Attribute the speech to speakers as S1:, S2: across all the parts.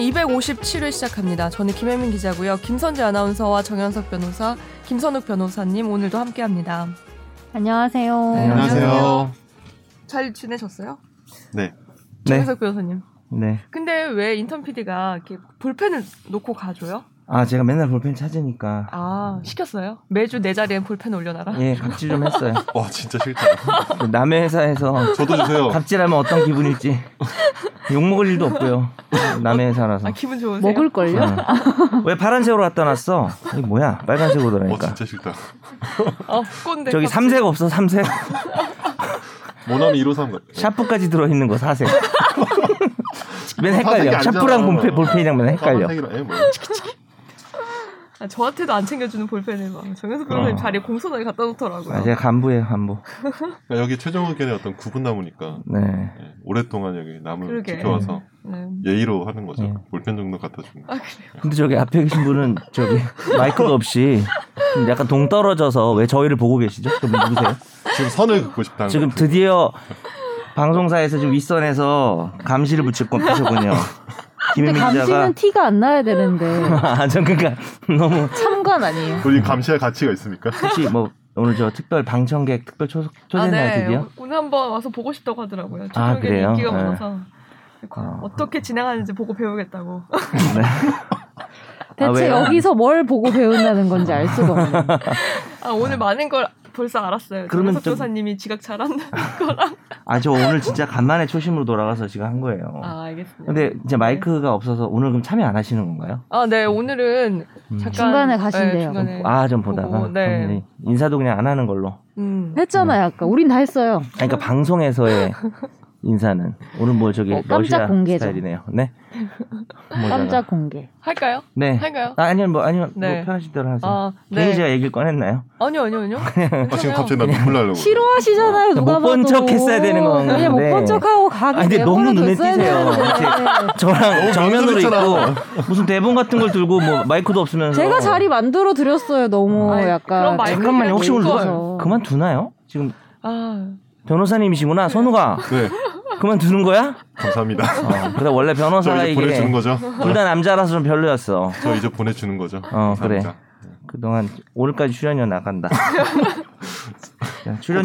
S1: 157회 시작합니다. 저는 김혜민 기자고요. 김선재 아나운서와 정현석 변호사, 김선욱 변호사님 오늘도 함께합니다.
S2: 안녕하세요.
S1: 네,
S3: 안녕하세요.
S1: 잘 지내셨어요?
S3: 네.
S4: 네,
S1: 정현석 변호사님.
S4: 네.
S1: 근데 왜 인턴 PD가 이렇게 볼펜을 놓고 가줘요?
S4: 아 제가 맨날 볼펜 찾으니까
S1: 아 시켰어요? 매주 내 자리엔 볼펜 올려놔라.
S4: 예 갑질 좀 했어요.
S3: 와 진짜 싫다.
S4: 그 남의 회사에서
S3: 저도 주세요.
S4: 갑질하면 어떤 기분일지 욕 먹을 일도 없고요. 남의 회사라서.
S1: 아 기분 좋으세요?
S2: 먹을 걸요?
S4: 어. 왜 파란색으로 갖다 놨어? 이게 뭐야? 빨간색으로
S3: 어
S4: 들어니까.
S3: 진짜 싫다.
S1: 어 꼰대. 갑자기.
S4: 저기 삼색 없어 삼색.
S3: 모나미 153 같아.
S4: 샤프까지 들어있는 거 사색. 맨
S3: 파란색이
S4: 헷갈려.
S3: 아니잖아.
S4: 샤프랑 볼펜, 볼펜이랑 맨 헷갈려.
S3: 파란색이라 에 뭐.
S1: 아, 저한테도 안 챙겨주는 볼펜을 막 정현석 변호사님
S4: 어.
S1: 자리에 공손하게 갖다 놓더라고요.
S4: 아, 제가 간부예요 간부.
S3: 그러니까 여기 최종 의견의 어떤 구분 나무니까
S4: 네.
S3: 예, 오랫동안 여기 남을
S1: 그러게.
S3: 지켜와서
S4: 음.
S1: 네.
S3: 예의로 하는 거죠.
S4: 예.
S3: 볼펜 정도 갖다 주는. 거.
S4: 근데 저기 앞에 계신 분은 저기 마이크도 없이 좀 약간 동떨어져서 왜 저희를 보고 계시죠? 그분 누구세요?
S3: 지금 선을 긋고 싶다는
S4: 지금
S3: 거 같아요. 네.
S4: 드디어 방송사에서 지금 윗선에서 감시를 붙였군 붙였군요.
S2: 근데
S4: 김혜민 기자가
S2: 감시는 티가 안 나야 되는데
S4: 아, 전 그러니까 너무
S2: 참관 아니에요.
S3: 우리 감시할 가치가 있습니까?
S4: 혹시 뭐 오늘 저 특별 방청객 특별 초,
S1: 아,
S4: 초대나요
S1: 네.
S4: 드디어?
S1: 오늘 한번 와서 보고 싶다고 하더라고요.
S4: 아,
S1: 초등학교
S4: 그래요?
S1: 인기가
S4: 네.
S1: 많아서
S4: 아.
S1: 어떻게 진행하는지 보고 배우겠다고.
S4: 네.
S2: 대체
S4: 아, 왜요?
S2: 여기서 뭘 보고 배운다는 건지 알 수가 없네.
S1: 아 오늘 많은 걸 벌써 알았어요.
S4: 그러면
S1: 정현석
S4: 좀-
S1: 교사님이 지각 잘한다.
S4: 아 저 오늘 진짜 간만에 초심으로 돌아가서 지금 한 거예요.
S1: 아 알겠습니다.
S4: 어. 근데 이제 마이크가 없어서 오늘 그럼 참여 안 하시는 건가요?
S1: 아네 오늘은
S4: 음.
S1: 잠깐 네,
S2: 중간에 가신대요.
S1: 중간에.
S4: 아 좀 보다가
S1: 보고, 네.
S4: 그럼 네. 인사도 그냥 안 하는 걸로.
S1: 음.
S2: 했잖아요 아까. 우린 다 했어요.
S4: 아니, 그러니까 방송에서의 인사는 오늘 뭐 저기
S2: 음. 어, 깜짝
S4: 러시아
S2: 공개죠.
S4: 스타일이네요. 네. 뭐 모자가.
S2: 깜짝 공개.
S1: 할까요?
S4: 네.
S1: 할까요?
S4: 아, 아니요, 뭐, 아니요,
S1: 네.
S4: 뭐 편하신 대로 하세요.
S1: 아
S4: 괜히
S1: 네.
S4: 제가 얘기를 꺼냈나요?
S1: 아니요 아니요 아니요.
S3: 아, 지금 갑자기 나 눈물 나려고.
S2: 싫어하시잖아요
S4: 네. 못
S2: 누가 봐도.
S4: 본척 했어야 되는 건데.
S2: 그냥 못본 척하고 가기 그
S4: 아, 근데 너무 눈에 띄세요. 저랑
S3: 너무
S4: 정면으로
S3: 명절이잖아.
S4: 있고, 무슨 대본 같은 걸 들고, 뭐, 마이크도 없으면서.
S2: 제가 자리 만들어 드렸어요 너무
S1: 아이, 그런
S2: 약간.
S1: 말-
S4: 잠깐만요, 혹시 오늘
S2: 네,
S1: 걸.
S4: 누가 그만두나요? 지금
S1: 아
S4: 변호사님이시구나, 선우가.
S3: 네,
S4: 그만두는 거야?
S3: 감사합니다.
S4: 어, 그래, 원래
S3: 저
S4: 변호사가
S3: 이제 보내주는
S4: 이게.
S3: 거죠.
S4: 둘 다 남자라서 좀 별로였어.
S3: 저 이제 보내주는 거죠.
S4: 어, 그래.
S3: 감사합니다.
S4: 그동안 오늘까지 출연료 나간다. 자, 출연료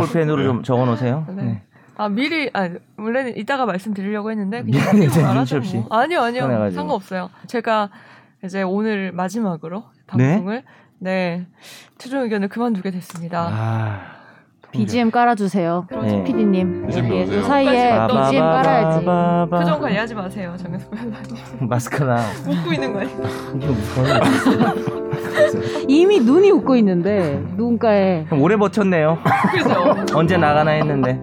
S4: 3색 볼펜으로
S3: 네.
S4: 좀 적어놓으세요.
S1: 네.
S4: 네.
S1: 아 미리 아 원래는 이따가 말씀드리려고 했는데 그냥
S4: 미안해,
S1: 하지
S4: 눈치
S1: 말하죠
S4: 없이.
S1: 뭐. 아니요 아니요
S4: 꺼내가지고.
S1: 상관없어요. 제가 이제 오늘 마지막으로 방송을 네, 최종 의견을 그만두게 됐습니다.
S4: 아,
S2: BGM 깔아주세요.
S1: 그러죠.
S4: 네.
S2: PD님.
S3: BGM 넣으세요.
S2: 그 사이에
S1: 빠바바.
S2: BGM 깔아야지.
S4: 빠바바바바.
S1: 표정 관리하지 마세요 정현석 변호사님.
S4: 마스카라.
S1: 웃고 있는 거 아니에요?
S4: 이게 무서워.
S2: 이미 눈이 웃고 있는데 누군가에
S4: 오래 버텼네요.
S1: 그죠?
S4: 언제 나가나 했는데.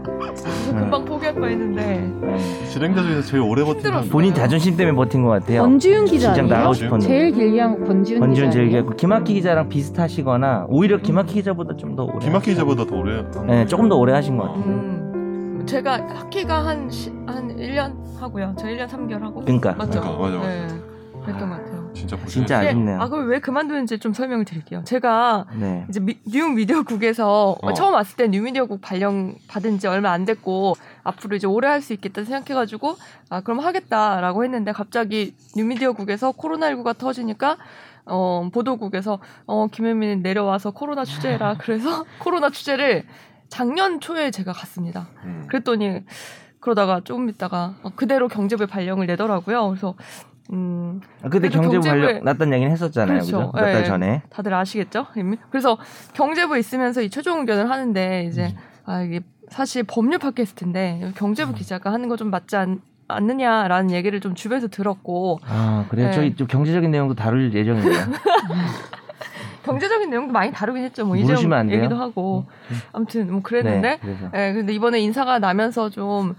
S1: 금방
S4: 네.
S1: 포기할 뻔했는데
S3: 진행자 중에서 제일 오래 버틴
S1: 힘들었어요.
S3: 사람.
S4: 본인 자존심 때문에 버틴 것 같아요.
S2: 권지윤 기자
S4: 진작
S2: 아니에요?
S4: 나가고 싶었는데.
S2: 제일 길게 한거 권지윤
S4: 음. 권지훈
S2: 기자.
S4: 제일
S2: 아니에요?
S4: 기고 김학기 기자랑 비슷하시거나 오히려 김학기 기자보다 좀 더 오래.
S3: 김학기 기자보다 더 오래.
S4: 네, 조금 더 오래 하신 것 같아요.
S1: 음, 제가 학기가 한, 시, 한 1년 하고요. 저 1년 3개월 하고.
S4: 그러니까.
S1: 맞죠?
S3: 그러니까, 맞아, 맞아.
S1: 네. 그랬던 것 같아요.
S3: 진짜 고생했어요.
S4: 진짜 음. 아쉽네요.
S1: 아, 그럼 왜 그만두는지 좀 설명을 드릴게요. 제가
S4: 네.
S1: 이제 미- 뉴 미디어국에서
S3: 어.
S1: 처음 왔을 때 뉴 미디어국 발령 받은 지 얼마 안 됐고 앞으로 이제 오래 할 수 있겠다 생각해가지고 아 그럼 하겠다라고 했는데 갑자기 뉴 미디어국에서 코로나19가 터지니까 어 보도국에서 어 김혜민은 내려와서 코로나 취재해라 그래서 코로나 취재를 작년 초에 제가 갔습니다.
S3: 음.
S1: 그랬더니 그러다가 조금 있다가 어, 그대로 경제부 발령을 내더라고요. 그래서 음
S4: 아, 그때
S1: 그래도
S4: 경제
S1: 경제부에-
S4: 관련 났던 얘기는 했었잖아요.
S1: 그렇죠.
S4: 그죠? 몇
S1: 예,
S2: 네.
S4: 달
S1: 예.
S4: 전에.
S1: 다들 아시겠죠? 이미? 그래서 경제부 있으면서 이 최종 의견을 하는데 이제
S4: 음.
S1: 아 이게 사실 법률 팟캐스트인데 경제부 기자가 하는 거 좀 맞지 않, 느냐라는 얘기를 좀 주변에서 들었고
S4: 아, 그래요?
S1: 네.
S4: 저희 좀 경제적인 내용도 다룰 예정이에요.
S1: 경제적인 내용도 많이 다루긴 했죠. 뭐
S4: 물으시면
S1: 이재용
S4: 안 돼요? 음.
S1: 얘기도 하고 아무튼 뭐 그랬는데
S4: 네. 그래서.
S1: 예, 근데 이번에 인사가 나면서 좀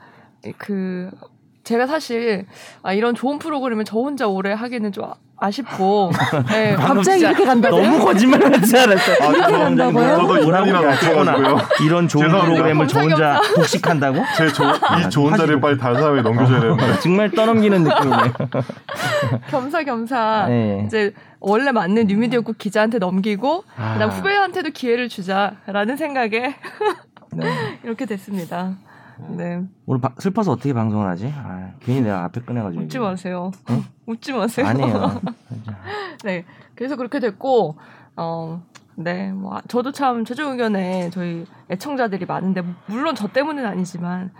S1: 그 제가 사실 아, 이런 좋은 프로그램을 저 혼자 오래 하기는 좀 아- 아쉽고 예, 갑-
S2: 갑자기 이렇게 간다고?
S4: 너무 거짓말 같지 않았어요.
S3: 아,
S2: 이렇게 간다고요?
S3: 저도
S4: 뭐라고
S3: 인간이랑 맞춰가지고요.
S4: 이런 좋은
S3: 죄송합니다.
S4: 프로그램을 저 혼자 독식한다고?
S3: 제 조,
S4: 아,
S3: 이 좋은 자리를 빨리 다른 사람이 넘겨줘야 되는데.
S4: 정말 떠넘기는 느낌이네요.
S1: 겸사겸사
S4: 네.
S1: 아, 이제 원래 맞는 뉴미디어국 기자한테 넘기고
S4: 아.
S1: 그다음 후배한테도 기회를 주자라는 생각에
S4: 네.
S1: 이렇게 됐습니다. 네.
S4: 오늘 바- 슬퍼서 어떻게 방송을 하지? 아, 괜히 내가 앞에 꺼내가지고.
S1: 웃지
S4: 얘기해.
S1: 마세요.
S4: 음. 응?
S1: 웃지 마세요.
S4: 아니에요.
S1: 네. 그래서 그렇게 됐고, 어, 네. 뭐, 아, 저도 참 최종 의견에 저희 애청자들이 많은데, 뭐, 물론 저 때문은 아니지만,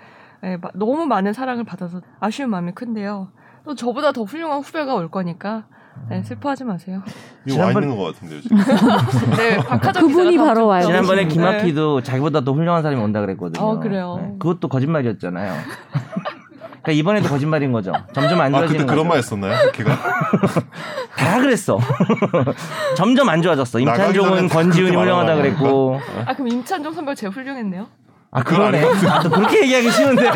S1: 예, 마- 너무 많은 사랑을 받아서 아쉬운 마음이 큰데요. 또 저보다 더 훌륭한 후배가 올 거니까,
S4: 음.
S1: 네, 슬퍼하지 마세요.
S3: 이거 와
S4: 지난번-
S3: 있는 것 같은데요 지금.
S1: 네, 박하정
S2: 그분이
S1: 기자가
S2: 바로 와요.
S4: 지난번에
S1: 네.
S4: 김학휘도 자기보다 더 훌륭한 사람이 온다 그랬거든요. 네.
S1: 어, 그래요.
S4: 그것도 거짓말이었잖아요. 그러니까 이번에도 거짓말인 거죠. 점점 안
S3: 아
S4: 좋아지는
S3: 그때
S4: 거죠.
S3: 그런 말 했었나요? 걔가
S4: 다 그랬어. 점점 안 좋아졌어. 임찬종은
S3: 나가기 전에
S4: 권지훈이
S3: 그렇게
S4: 훌륭하다
S3: 말하는
S4: 그랬고.
S1: 아, 그럼 임찬종 선배 제일 훌륭했네요?
S4: 아
S3: 그건
S4: 그러네.
S3: 아닌 것
S4: 아, 또 그렇게 얘기하기 쉬운데.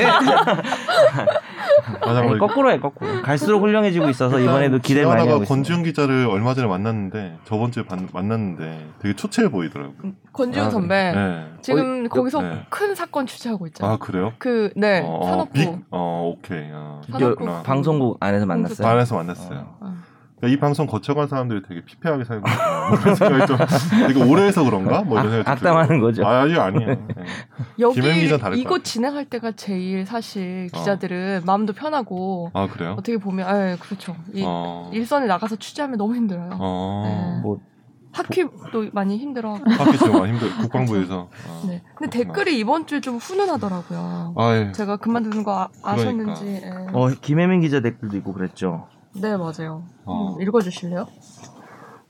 S3: 맞아
S4: 아니, 거꾸로 해 거꾸로. 갈수록 훌륭해지고 있어서 이번에도 기대를 많이 하고
S3: 하다가
S4: 있어요.
S3: 뭐 그러니까 권지훈 기자를 얼마 전에 만났는데 저번 주에 반- 만났는데 되게 초췌해 보이더라고. 요
S1: 권지훈
S4: 아,
S1: 선배.
S3: 네.
S1: 지금 거기서
S3: 네.
S1: 큰 사건 취재하고 있잖아요.
S3: 아 그래요?
S1: 그, 네,
S3: 어,
S1: 산업부.
S3: 빅? 어 오케이. 어,
S1: 산업부.
S4: 여-
S3: 그렇구나.
S4: 방송국 안에서 만났어요.
S3: 반에서 만났어요.
S1: 어.
S3: 그러니까 이 방송 거쳐간 사람들이 되게 피폐하게 살고 있구나. 뭐 이런 생각이 좀 되게 오래 해서 그런가? 뭐 이런 생각이
S4: 아, 악, 담하는 거죠.
S3: 아, 아니, 아니에요. 네.
S1: 여기
S3: 김현기 기자는 다를 것
S1: 이곳
S3: 같아요.
S1: 진행할 때가 제일 사실
S3: 어.
S1: 기자들은 마음도 편하고
S3: 아, 그래요?
S1: 어떻게 보면 예, 그렇죠. 이
S3: 어.
S1: 일선에 나가서 취재하면 너무 힘들어요.
S3: 어.
S1: 네.
S4: 뭐
S1: 학회도 많이 힘들어.
S3: 학교 좀 많이 힘들, 국방부에서. 어.
S1: 네. 근데
S3: 그렇구나.
S1: 댓글이 이번 주에 좀 훈훈하더라고요.
S3: 아유.
S1: 제가 그만두는 거 아,
S3: 그러니까.
S1: 아셨는지. 예.
S4: 어, 김혜민 기자 댓글도 있고 그랬죠.
S1: 네 맞아요.
S3: 어.
S1: 음, 읽어주실래요?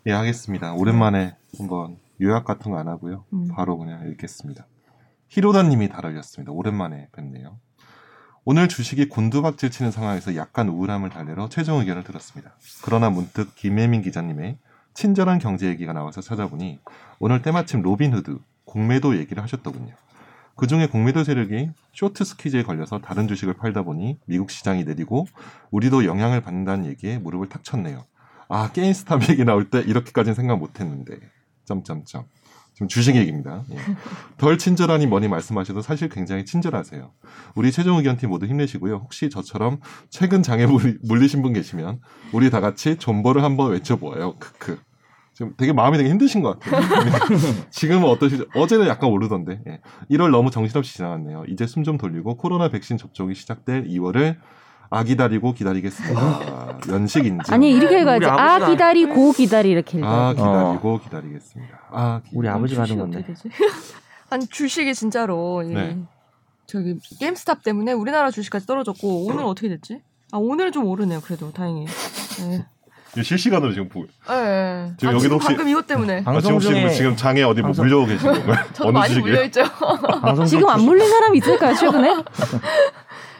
S3: 예, 하겠습니다. 오랜만에 한번 요약 같은 거 안 하고요.
S1: 음.
S3: 바로 그냥 읽겠습니다. 히로다님이 달아주셨습니다. 오랜만에 뵙네요. 오늘 주식이 곤두박질 치는 상황에서 약간 우울함을 달래러 최종 의견을 들었습니다. 그러나 문득 김혜민 기자님의 친절한 경제 얘기가 나와서 찾아보니 오늘 때마침 로빈후드, 공매도 얘기를 하셨더군요. 그 중에 공매도 세력이 쇼트 스퀴즈에 걸려서 다른 주식을 팔다 보니 미국 시장이 내리고 우리도 영향을 받는다는 얘기에 무릎을 탁 쳤네요. 아 게임스탑 얘기 나올 때 이렇게까지는 생각 못했는데 점점점 지금 주식 얘기입니다. 예. 덜 친절하니 뭐니 말씀하셔도 사실 굉장히 친절하세요. 우리 최종 의견 팀 모두 힘내시고요. 혹시 저처럼 최근 장애 물리- 물리신 분 계시면 우리 다 같이 존버를 한번 외쳐보아요. 크크. 지금 되게 마음이 되게 힘드신 것 같아요. 지금은 어떠시죠? 어제는 약간 오르던데. 예. 1월 너무 정신없이 지나갔네요. 이제 숨 좀 돌리고 코로나 백신 접종이 시작될 2월을 아 기다리고 기다리겠습니다. 연식 인증.
S2: 아. 아니 이렇게 해가지
S4: 우리
S2: 아
S4: 아버지가
S2: 기다리고 기다리 이렇게 읽어.
S3: 아
S2: 요
S3: 기다리고 기다리겠습니다. 아 기-
S4: 우리 아버지 받은
S1: 음,
S2: 그렇죠.
S1: 주식이
S4: 건데.
S1: 어떻게 되지? 아니 주식이 진짜로 이
S3: 네.
S1: 저기 게임스탑 때문에 우리나라 주식까지 떨어졌고 오늘 어떻게 됐지? 아 오늘 좀 오르네요. 그래도 다행히. 네.
S3: 이거 실시간으로 지금 보고.
S1: 예, 예.
S3: 지금
S1: 아,
S3: 여기도
S1: 지금
S3: 혹시-
S1: 방금 이것 때문에
S3: 아,
S4: 방송
S3: 지금 혹시
S4: 중에
S3: 지금 장애 어디 뭐
S4: 방송-
S3: 물려고 계신 건가요? 아.
S1: 저 많이 물려있죠.
S4: 아, 방송
S2: 지금 안 물린 사람 있을까요 최근에?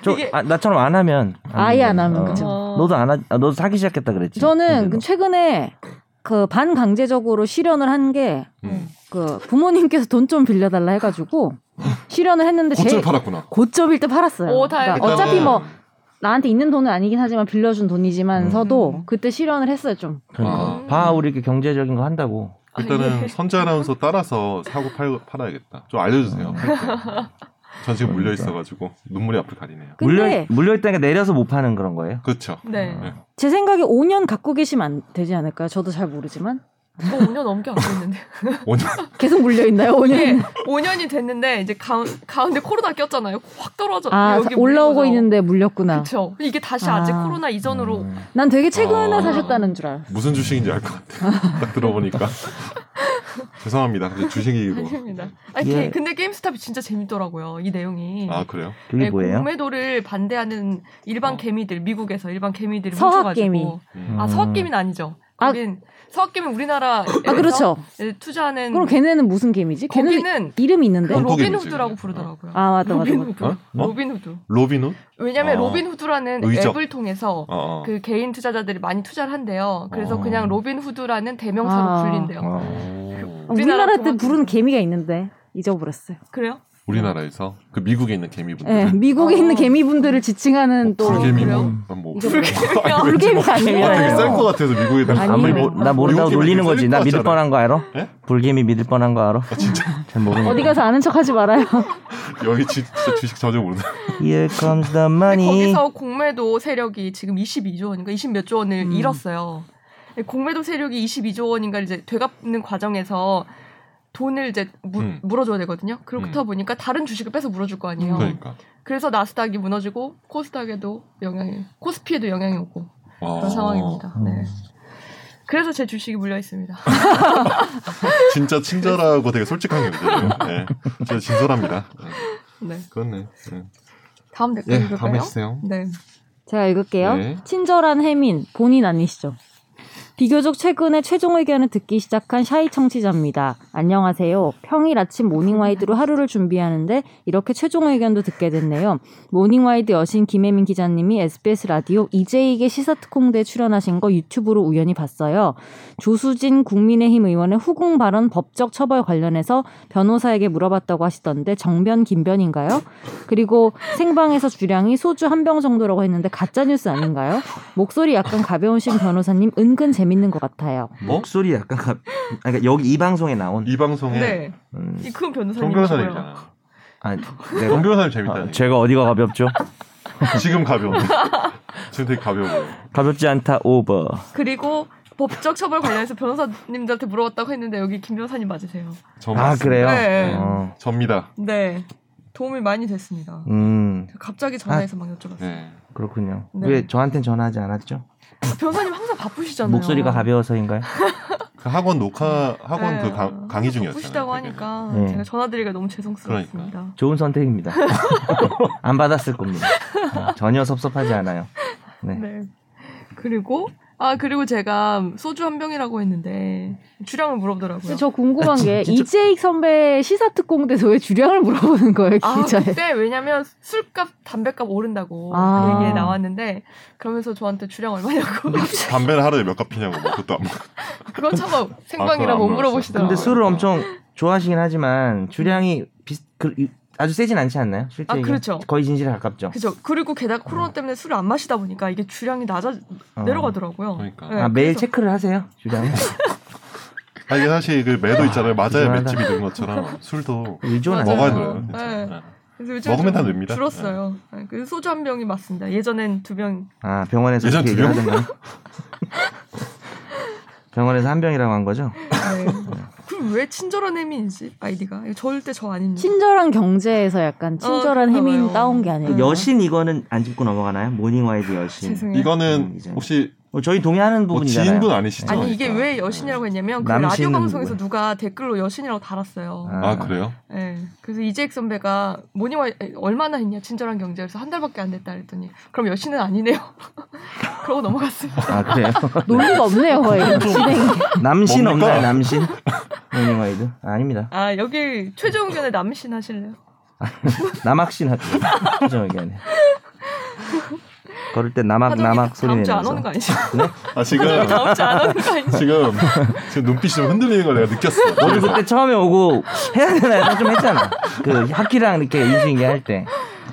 S4: 저,
S1: 이게-
S4: 아, 나처럼 안 하면
S2: 아예 안 하면
S4: 어.
S2: 그죠.
S1: 어.
S4: 너도 안 하, 아, 너도 사기 시작했다 그랬지.
S2: 저는
S4: 그대로.
S2: 그 최근에 그 반강제적으로 실현을 한 게
S3: 음.
S2: 그 부모님께서 돈 좀 빌려달라 해가지고 실현을 했는데
S3: 고철
S2: 제일
S3: 팔았구나.
S2: 고점일 때 팔았어요.
S1: 오, 다행이다.
S2: 어차피
S3: 일단은-
S2: 뭐 나한테 있는 돈은 아니긴 하지만 빌려준 돈이지만서도
S1: 음.
S2: 그때 실현을 했어요 좀.
S4: 그러니까
S3: 아.
S4: 봐 우리 이렇게 경제적인 거 한다고.
S1: 아,
S3: 일단은
S1: 예.
S3: 선재 아나운서 따라서 사고 팔, 팔아야겠다. 좀 알려주세요. 전 지금 물려 있어가지고 눈물이 앞을 가리네요.
S2: 근데
S4: 물려 물려 있다니까 내려서 못 파는 그런 거예요.
S3: 그렇죠.
S1: 네.
S2: 제 생각에 5년 갖고 계시면 안 되지 않을까요? 저도 잘 모르지만
S1: 저 뭐 5년 넘게 안고 있는데.
S3: 오늘
S2: 계속 물려 있나요 5년?
S1: 이게 5년이 됐는데 이제 가운, 가운데 코로나 꼈잖아요. 확 떨어져.
S2: 아
S1: 여기
S2: 올라오고
S1: 물려서.
S2: 있는데 물렸구나.
S1: 그쵸. 이게 다시 아직
S2: 아.
S1: 코로나 이전으로.
S4: 음.
S2: 난 되게 최근에
S3: 아.
S2: 사셨다는 줄 알았어.
S3: 무슨 주식인지 알 것 같아. 딱 들어보니까 죄송합니다. 근데 주식이고.
S1: 아닙니다. 아니,
S4: 예.
S1: 게- 근데 게임스탑이 진짜 재밌더라고요. 이 내용이.
S3: 아 그래요?
S4: 그게
S2: 네,
S1: 예,
S4: 뭐예요?
S1: 공매도를 반대하는 일반
S3: 어.
S1: 개미들 미국에서 일반 개미들이
S2: 서학
S1: 뭉쳐가지고.
S2: 개미.
S3: 음.
S1: 아 서학 개미는 아니죠.
S2: 아.
S1: 거긴 서학 개미 우리나라.
S2: 아 그렇죠.
S1: 투자하는.
S2: 그럼 걔네는 무슨 개미지? 걔네는
S1: 거기는
S2: 이름이 있는데.
S1: 그
S3: 돈독이
S1: 로빈후드라고
S3: 뭐지?
S1: 부르더라고요.
S2: 아 맞다 맞다. 맞다.
S1: 로빈후드.
S3: 어? 어?
S1: 로빈후드.
S3: 로빈훗?
S1: 왜냐면
S3: 어.
S1: 로빈후드라는
S3: 의적.
S1: 앱을 통해서
S3: 어, 어.
S1: 그 개인 투자자들이 많이 투자를 한대요. 그래서
S3: 어.
S1: 그냥 로빈후드라는 대명사로
S2: 아.
S1: 불린대요.
S4: 어.
S3: 오.
S2: 우리나라,
S1: 우리나라
S2: 때
S1: 동안-
S2: 부르는 개미가 있는데 잊어버렸어요.
S1: 그래요?
S3: 우리나라에서 그 미국에 있는 개미분들.
S2: 예, 미국에
S1: 어.
S2: 있는 개미분들을 지칭하는 또
S3: 불개미
S1: 그래요?
S3: 뭐, 뭐
S2: 이거
S3: 아니, 왜
S2: 어, 불개미
S3: 아, 되게
S2: 아니에요.
S4: 쌀
S3: 쌀것 같아서 미국에다.
S2: 아니에요. 뭐
S4: 아무리 모-
S1: 뭐,
S4: 나 모른다고
S3: 미국이
S4: 놀리는
S3: 되게
S4: 거지. 나
S3: 쌀것
S4: 믿을
S3: 같잖아요.
S4: 뻔한 거 알아?
S3: 예?
S4: 불개미 믿을 뻔한 거 알아?
S3: 진짜
S4: 잘 모르는
S2: 어디 가서 아는 척하지 말아요.
S3: 여기 지- 진짜 주식 전혀 모르는.
S4: Here comes the
S1: 근데
S4: money.
S1: 거기서 공매도 세력이 지금 22조 원인가 20 몇 조 원을 잃었어요. 공매도 세력이 22조 원인가 이제 되갚는 과정에서 돈을 이제 무,
S3: 음.
S1: 물어줘야 되거든요. 그렇다 보니까 다른 주식을 빼서 물어줄 거 아니에요.
S3: 그러니까.
S1: 그래서 나스닥이 무너지고 코스닥에도 영향이, 코스피에도 영향이 오고 그런
S3: 아,
S1: 상황입니다. 네. 그래서 제 주식이 물려 있습니다.
S3: 진짜 친절하고 되게 솔직한 경제예요. 네. 진짜 진솔합니다. 네.
S1: 네.
S3: 그렇네. 네.
S1: 다음 댓글
S3: 예, 다음
S1: 읽을까요?
S3: 해주세요.
S1: 네.
S2: 제가 읽을게요.
S3: 네.
S2: 친절한 해민, 본인 아니시죠? 비교적 최근에 최종 의견을 듣기 시작한 샤이 청취자입니다. 안녕하세요. 평일 아침 모닝와이드로 하루를 준비하는데 이렇게 최종 의견도 듣게 됐네요. 모닝와이드 여신 김혜민 기자님이 SBS 라디오 이재익의 시사특공대에 출연하신 거 유튜브로 우연히 봤어요. 조수진 국민의힘 의원의 후궁 발언 법적 처벌 관련해서 변호사에게 물어봤다고 하시던데 정변 김변인가요? 그리고 생방에서 주량이 소주 한 병 정도라고 했는데 가짜 뉴스 아닌가요? 목소리 약간 가벼우신 변호사님 은근 재밌는 것 같아요.
S4: 목소리 약간 가... 아니, 그러니까 여기 이 방송에 나온
S3: 이 방송에
S1: 네.
S4: 음,
S1: 이큰
S3: 정
S1: 변호사님이시고요.
S3: 변호사님이잖아.
S4: 아,
S3: 정
S4: 내가
S3: 변호사님
S4: 아,
S3: 재밌다니.
S4: 제가 어디가 가볍죠?
S3: 지금 가벼워. 지금 되게 가벼워. 보여.
S4: 가볍지 않다 오버.
S3: 어,
S1: 그리고 법적 처벌 관련해서 변호사님들한테 물어봤다고 했는데 여기 김 변호사님 맞으세요.
S3: 점
S4: 아 그래요?
S1: 네.
S4: 어.
S3: 접니다.
S1: 네. 도움이 많이 됐습니다.
S4: 음
S1: 갑자기 전화해서 막 여쭤봤어요.
S3: 네.
S4: 그렇군요.
S1: 네.
S4: 왜 저한텐 전화하지 않았죠?
S1: 변호사님 항상 바쁘시잖아요.
S4: 목소리가 가벼워서인가요?
S3: 그 학원 녹화 학원
S1: 네,
S3: 그 강, 강의 중이었잖아요.
S1: 바쁘시다고
S3: 되게.
S1: 하니까
S4: 네.
S1: 제가 전화드리기가 너무 죄송스럽습니다.
S4: 좋은 선택입니다. 안 받았을 겁니다. 어, 전혀 섭섭하지 않아요. 네.
S1: 네. 그리고 아 그리고 제가 소주 한 병이라고 했는데 주량을 물어보더라고요.
S2: 저 궁금한
S4: 아, 진-
S2: 게
S4: 진짜-
S2: 이재익 선배 시사특공대에서 왜 주량을 물어보는 거예요,
S1: 아
S2: 기자에?
S1: 그때 왜냐면 술값 담배값 오른다고
S2: 아.
S1: 그 얘기에 나왔는데 그러면서 저한테 주량
S4: 네.
S1: 얼마냐고
S3: 담배를 하루에 몇 갑 피냐고 뭐 그것도 안
S1: 그건 참아 생방이라
S3: 안
S1: 못
S3: 물어봤어요.
S1: 물어보시더라고요.
S4: 근데
S3: 아,
S4: 술을
S3: 그렇구나.
S4: 엄청 좋아하시긴 하지만 주량이 비슷 그, 이- 아주 세진 않지 않나요? 실제
S1: 아,
S4: 이게?
S1: 그렇죠.
S4: 거의 진실에 가깝죠.
S1: 그죠. 그리고 게다가
S3: 어.
S1: 코로나 때문에 술을 안 마시다 보니까 이게 주량이 낮아
S4: 어.
S1: 내려가더라고요.
S3: 그러니까.
S1: 네,
S4: 아, 매일
S1: 그래서-
S4: 체크를 하세요 주량.
S3: 아 이게 사실 그 매도 있잖아요. 맞아야
S4: 죄송하다.
S3: 맷집이 는 것처럼 술도
S4: 의존
S1: 맞아요.
S3: 먹어야
S4: 안
S3: 늘어요.
S4: 해요.
S3: 진짜.
S1: 네.
S3: 네.
S1: 그래서 요즘
S3: 먹으면
S1: 좀
S3: 다 됩니다.
S1: 줄었어요. 네, 그래서 소주 한 병이 맞습니다. 예전엔 두 병.
S4: 아 병원에서
S3: 예전
S4: 이렇게
S3: 두 병?
S4: 얘기하던가. 병원에서 한 병이라고 한 거죠?
S1: 네. 그럼 왜 친절한 해민이지 아이디가? 이거 절대 저 아닙니다.
S2: 친절한 경제에서 약간 친절한
S1: 어,
S2: 해민
S1: 그런가봐요.
S2: 따온 게
S1: 음.
S2: 아니에요.
S4: 여신 이거는 안 짚고 넘어가나요? 모닝와이드 여신.
S1: 죄송해요.
S3: 이거는
S4: 음, 이제.
S3: 혹시
S4: 어, 저희 동의하는
S3: 뭐
S4: 부분이잖아요.
S3: 지인분 아니시죠?
S1: 아니 이게
S3: 그러니까.
S1: 왜 여신이라고 했냐면 그
S4: 남신은
S1: 라디오 방송에서
S4: 뭐야?
S1: 누가 댓글로 여신이라고 달았어요.
S4: 아.
S3: 아 그래요?
S1: 예. 그래서 이재익 선배가 모닝와 얼마나 했냐 친절한 경제에서 한 달밖에 안 됐다 그랬더니 그럼 여신은 아니네요. 그러고 넘어갔습니다.
S4: 아 그래요?
S2: 논리가 없네요, 거의. 진행이.
S4: 남신
S3: 뭡니까?
S4: 없나요? 남신? 모닝와이드? 아, 아닙니다.
S1: 아 여기 최종 의견에 남신 하실래요?
S4: 남학신 하죠. 그죠 이게. 걸을 때 남학
S1: 하정이
S4: 남학 소리
S1: 다음 주 안
S4: 내면서.
S1: 오는 거 아니죠?
S3: 아 지금
S4: 네.
S1: 다음 주 안 오는 거 아니죠?
S3: 지금 지금 눈빛이 좀 흔들리는 걸 내가 느꼈어.
S4: 너도 그때 처음에 오고 해야 되나 해서 좀 했잖아. 그 학기랑 이렇게 인수인계 할 때.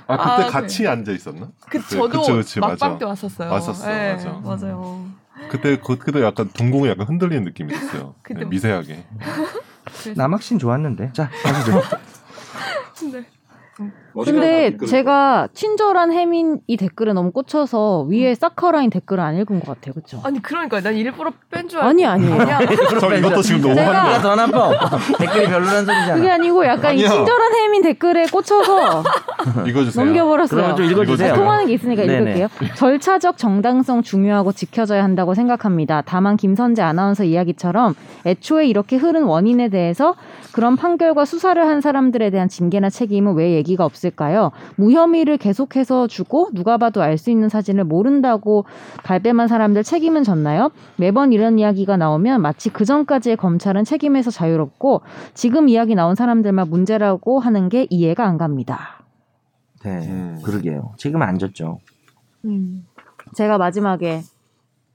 S3: 아 그때
S1: 아,
S3: 같이 앉아 있었나?
S1: 그
S3: 그때-
S1: 저도
S3: 그치, 그치,
S1: 막방
S3: 맞아.
S1: 때 왔었어요.
S3: 왔었어,
S1: 예,
S3: 맞아.
S1: 맞아요.
S3: 그때 그, 그때 약간 동공에 약간 흔들리는 느낌이 있었어요.
S1: 그때
S3: 네,
S1: 뭐-
S3: 미세하게.
S4: 남학신 좋았는데. 자, 가시죠.
S1: 근데
S4: 그
S2: 근데 제가 친절한 해민 이 댓글에 너무 꽂혀서 위에 사커라인 댓글을 안 읽은 것 같아요. 그쵸?
S1: 음. 아니 그러니까 난 일부러 뺀 줄 알고
S2: 아니, 아니에요.
S1: 아니야.
S3: 저 이것도 지금 너무
S2: 제가-
S3: 하는
S4: 내가 더 나빠. 댓글이 별로란
S2: 그게
S4: 소리잖아.
S2: 아니고 약간 이
S3: 아니야.
S2: 친절한 해민 댓글에 꽂혀서
S3: 거야. 읽어주세요.
S2: 넘겨버렸어요. 아,
S4: 그러면 좀 읽어주세요.
S1: 네,
S3: 보통
S2: 통하는 게 있으니까
S4: 네네.
S2: 읽을게요. 절차적 정당성 중요하고 지켜져야 한다고 생각합니다. 다만 김선재 아나운서 이야기처럼 애초에 이렇게 흐른 원인에 대해서 그런 판결과 수사를 한 사람들에 대한 징계나 책임은 왜 얘기가 없을까요? 무혐의를 계속해서 주고 누가 봐도 알 수 있는 사진을 모른다고 발뺌한 사람들 책임은 졌나요? 매번 이런 이야기가 나오면 마치 그 전까지의 검찰은 책임에서 자유롭고 지금 이야기 나온 사람들만 문제라고 하는 게 이해가 안 갑니다.
S4: 네,
S3: 음.
S4: 그러게요. 지금 안 졌죠.
S1: 음.
S2: 제가 마지막에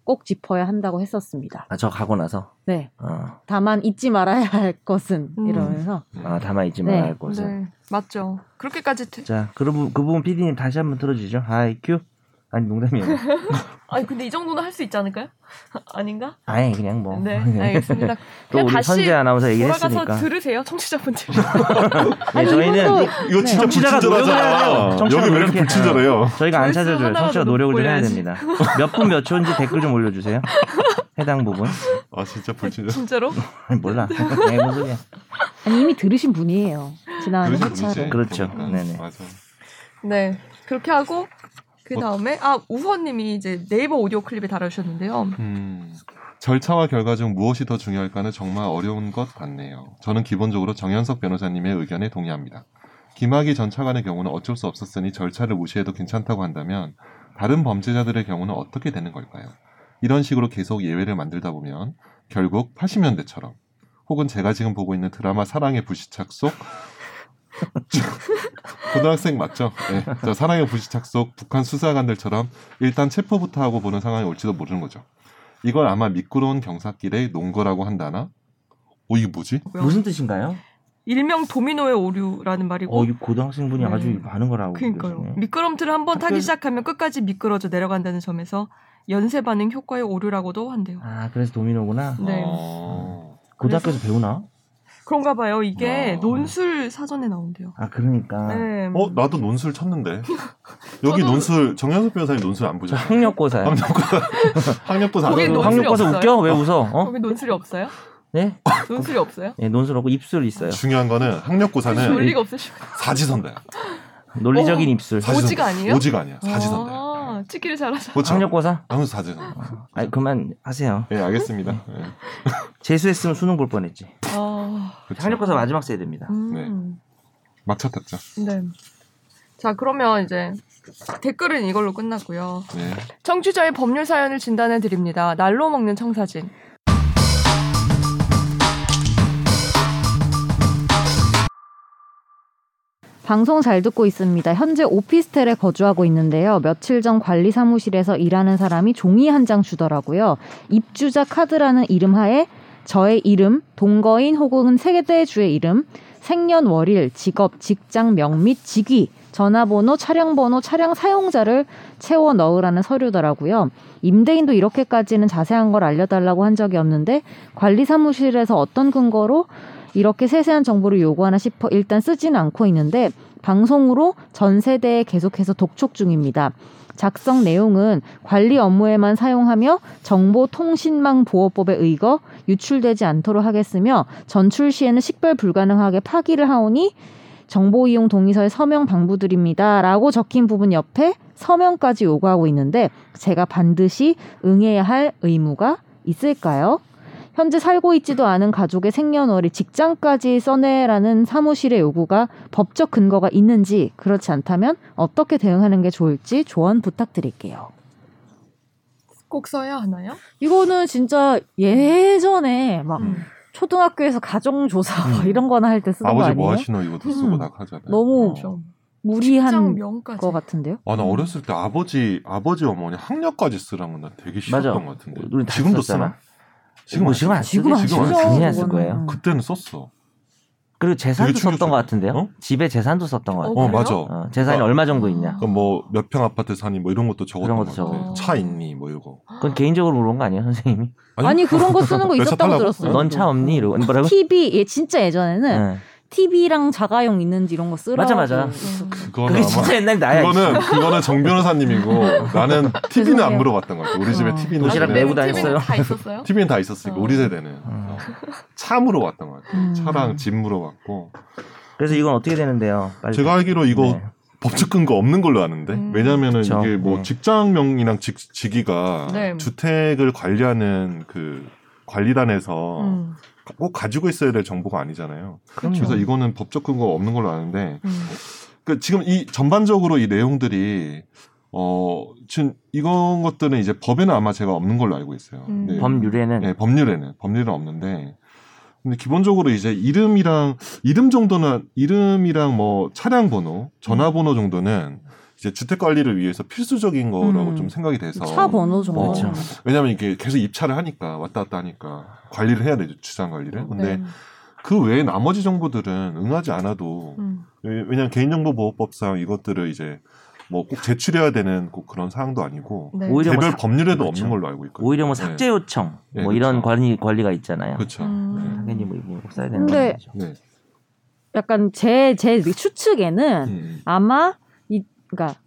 S2: 꼭 짚어야 한다고 했었습니다.
S4: 아, 저 가고 나서.
S2: 네.
S4: 어,
S2: 다만 잊지 말아야 할 것은
S1: 음.
S2: 이러면서
S4: 아, 담아있지
S2: 네.
S4: 말아야 할 것은.
S1: 네 맞죠. 그렇게까지 되-
S4: 자, 그 부분, 그 부분 PD님 다시 한번 들어주죠. 하이, 큐. 아니, 농담이에요.
S1: 아니 근데 이 정도는 할 수 있지 않을까요? 아닌가?
S4: 아니, 그냥 뭐.
S1: 네 알겠습니다.
S4: 또
S1: 그냥
S4: 우리
S1: 다시
S4: 선재 아나운서 얘기를
S1: 돌아가서
S4: 했으니까.
S1: 들으세요 청취자분들.
S4: 네,
S2: 아니,
S4: 저희는
S2: 이것도-
S3: 이거 진짜
S4: 청취자가 노력을 해야 돼요.
S3: 불친절하잖아.
S4: 청취자가
S3: 여기 왜
S4: 노력해야
S3: 이렇게 불친절해요?
S4: 저희가 안
S1: 조회수
S4: 찾아줘요. 청취자
S1: 하나라도
S4: 노력을 좀 해야
S1: 올려야지.
S4: 됩니다. 몇 분 몇 초인지 댓글 좀 올려주세요. 해당 부분.
S3: 아 진짜 불친절.
S4: 그
S1: 진짜로?
S4: 아니, 몰라. 에이, 뭔 네, 소리야.
S2: 아니, 이미 들으신 분이에요. 지난
S3: 그러신
S2: 회차를.
S3: 분이지.
S4: 아, 그렇죠.
S3: 그러니까.
S4: 네네.
S3: 맞아.
S1: 네. 그렇게 하고 그
S4: 뭐
S1: 다음에 아 우선님이 이제 네이버 오디오 클립에 달아주셨는데요.
S3: 음, 절차와 결과 중 무엇이 더 중요할까는 정말 어려운 것 같네요. 저는 기본적으로 정현석 변호사님의 의견에 동의합니다. 김학의 전 차관의 경우는 어쩔 수 없었으니 절차를 무시해도 괜찮다고 한다면 다른 범죄자들의 경우는 어떻게 되는 걸까요? 이런 식으로 계속 예외를 만들다 보면 결국 80년대처럼 혹은 제가 지금 보고 있는 드라마 사랑의 부시착 속 고등학생 맞죠? 네, 저 사랑의 부시착 속 북한 수사관들처럼 일단 체포부터 하고 보는 상황이 올지도 모르는 거죠. 이걸 아마 미끄러운 경사길의 농거라고 한다나? 어 이게 뭐지?
S1: 뭐야?
S4: 무슨 뜻인가요?
S1: 일명 도미노의 오류라는 말이고
S4: 어, 이 고등학생분이
S1: 네.
S4: 아주 많은 걸 알고
S1: 그러니까요.
S4: 계시네.
S1: 미끄럼틀을 한번 타기
S4: 학교-
S1: 시작하면 끝까지 미끄러져 내려간다는 점에서 연쇄 반응 효과의 오류라고도 한대요.
S4: 아, 그래서 도미노구나.
S1: 네.
S4: 아.
S3: 어.
S4: 고등학교에서 배우나?
S1: 그런가 봐요. 이게
S3: 아.
S1: 논술 사전에 나온대요.
S4: 아, 그러니까.
S1: 네.
S3: 어, 나도 논술 쳤는데 여기
S1: 저도-
S3: 논술 정현석 변호사님 논술 안 보죠?
S4: 학력고사요.
S3: 학력고사 학력고사 안
S1: 거기 논술이
S3: 하고
S4: 네. 학력고사
S1: 없어요?
S4: 웃겨? 왜 웃어? 어?
S1: 거기 논술이 없어요?
S4: 네?
S1: 논술이 없어요?
S4: 네, 논술 없고 입술 있어요.
S3: 중요한 거는
S1: 논
S3: 학력고사는
S1: 리가 없으시고
S3: 사지선다야.
S4: 논리적인
S1: 어.
S4: 입술.
S3: 사지선다.
S1: 오지가 아니에요?
S3: 오지가 아니야. 사지선다.
S1: 아, 찍기를 잘하셔.
S3: 그렇죠.
S4: 학력고사?
S3: 아무 사지선다.
S4: 아, 그만 하세요.
S3: 예, 알겠습니다. 예.
S4: 재수했으면 수능 볼 뻔했지.
S1: 아,
S3: 그렇죠.
S4: 학력고사 마지막 써야 됩니다.
S1: 음.
S3: 막차 탔죠.
S1: 네. 자, 그러면 이제 댓글은 이걸로 끝났고요.
S3: 네.
S1: 청취자의 법률 사연을 진단해 드립니다. 날로 먹는 청사진.
S2: 방송 잘 듣고 있습니다. 현재 오피스텔에 거주하고 있는데요. 며칠 전 관리 사무실에서 일하는 사람이 종이 한 장 주더라고요. 입주자 카드라는 이름 하에 저의 이름, 동거인 혹은 세대주의 이름, 생년월일, 직업, 직장 명 및 직위, 전화번호, 차량번호, 차량 사용자를 채워 넣으라는 서류더라고요. 임대인도 이렇게까지는 자세한 걸 알려달라고 한 적이 없는데 관리 사무실에서 어떤 근거로 이렇게 세세한 정보를 요구하나 싶어 일단 쓰지는 않고 있는데 방송으로 전 세대에 계속해서 독촉 중입니다. 작성 내용은 관리 업무에만 사용하며 정보통신망 보호법에 의거 유출되지 않도록 하겠으며 전출 시에는 식별 불가능하게 파기를 하오니 정보 이용 동의서에 서명 방부드립니다라고 적힌 부분 옆에 서명까지 요구하고 있는데 제가 반드시 응해야 할 의무가 있을까요? 현재 살고 있지도 않은 가족의 생년월일 직장까지 써내라는 사무실의 요구가 법적 근거가 있는지 그렇지 않다면 어떻게 대응하는 게 좋을지 조언 부탁드릴게요.
S1: 꼭 써야 하나요?
S2: 이거는 진짜 예전에 막
S1: 음.
S2: 초등학교에서 가정조사 뭐
S4: 음.
S2: 이런 거나 할 때 쓰는 거
S3: 아버지
S2: 아니에요?
S3: 뭐 하시노 이것도 쓰고
S2: 음.
S3: 나 하잖아요.
S2: 너무
S3: 어.
S1: 좀
S2: 무리한
S1: 명까지.
S2: 거 같은데요?
S3: 아,
S4: 음.
S3: 나 어렸을 때 아버지, 아버지 어머니 학력까지 쓰라는 건 난 되게 싫었던
S4: 맞아.
S3: 것 같은데.
S4: 우리 다
S3: 지금도
S4: 썼잖아.
S3: 쓰나?
S4: 지금 뭐
S3: 안
S4: 지금 안 쓰지.
S3: 쓰지?
S2: 지금 안
S3: 지금
S2: 쓰죠.
S3: 안 쓰지?
S4: 당연히 안 쓸
S2: 그거는.
S4: 거예요.
S3: 그때는 썼어.
S4: 그리고 재산도
S3: 되게 충격적이야.
S4: 썼던 것 같은데요.
S3: 어?
S4: 집에 재산도 썼던 것 같아요.
S3: 어,
S1: 그래요?
S3: 맞아.
S4: 어, 재산이
S3: 어.
S4: 얼마 정도 있냐.
S3: 그럼 뭐몇 평 아파트 사니 뭐 이런 것도 적었던
S4: 그런
S3: 것
S4: 것도
S3: 같아.
S1: 적어.
S3: 차 있니 뭐 이거.
S4: 그건 개인적으로 물어본 거 아니에요, 선생님이?
S2: 아니, 그런 거 쓰는 거
S3: 열차
S2: 있었다고
S3: 타려고?
S2: 들었어요.
S4: 넌 차 없니? 이러고 뭐라고?
S2: TV 예 진짜 예전에는
S4: 네.
S2: TV랑 자가용 있는지 이런 거 쓰라고
S4: 맞아, 맞아.
S1: 어.
S3: 그거는
S4: 그게
S3: 아마
S4: 진짜 옛날 나야.
S3: 그거는 그거는 정 변호사님이고 나는 TV는 안
S2: 죄송해요.
S3: 물어봤던 것 같아. 우리 집에
S2: 어.
S3: TV는
S4: 도시락 메고 다녔어요?
S3: 네.
S1: 다 있었어요?
S3: TV는 다 있었으니까
S1: 어.
S3: 우리 세대는
S4: 어.
S3: 차 물어봤던 것 같아.
S2: 음.
S3: 차랑 집 물어봤고
S4: 그래서 이건 어떻게 되는데요? 빨리.
S3: 제가 알기로 이거
S4: 네.
S3: 법적 근거 없는 걸로 아는데
S1: 음.
S3: 왜냐면은
S4: 그쵸.
S3: 이게 뭐
S4: 네.
S3: 직장명이랑 직, 직위가
S1: 네.
S3: 주택을 관리하는 그 관리단에서
S1: 음.
S3: 꼭 가지고 있어야 될 정보가 아니잖아요.
S4: 그럼요.
S3: 그래서 이거는 법적 근거 가 없는 걸로 아는데
S1: 음.
S3: 그 지금 이 전반적으로 이 내용들이 어 지금 이런 것들은 이제 법에는 아마 제가 없는 걸로 알고 있어요.
S1: 음.
S3: 네.
S4: 법률에는
S3: 네, 법률에는 법률은 없는데 근데 기본적으로 이제 이름이랑 이름 정도는 이름이랑 뭐 차량 번호, 전화번호 정도는 이제 주택 관리를 위해서 필수적인 거라고
S2: 음.
S3: 좀 생각이 돼서
S2: 차 번호 정도.
S3: 어.
S4: 그렇죠.
S3: 왜냐면 이게 계속 입찰을 하니까 왔다 갔다 하니까 관리를 해야 되죠 주상 관리를. 근데
S1: 네.
S3: 그 외에 나머지 정보들은 응하지 않아도
S1: 음.
S3: 왜- 왜냐면 개인정보보호법상 이것들을 이제 뭐 꼭 제출해야 되는 꼭 그런 사항도 아니고
S1: 네.
S4: 오히려
S3: 개별
S4: 뭐 삭-
S3: 법률에도
S4: 그렇죠.
S3: 없는 걸로 알고 있거든요.
S4: 오히려 뭐 삭제 요청
S3: 네,
S4: 뭐 이런
S3: 그렇죠.
S4: 관리 관리가 있잖아요.
S3: 그렇죠.
S1: 음.
S4: 당연히 뭐 이거 써야 되는
S2: 근데-
S4: 거죠.
S3: 네.
S2: 약간 제, 제 추측에는
S3: 음.
S2: 아마 이 그러니까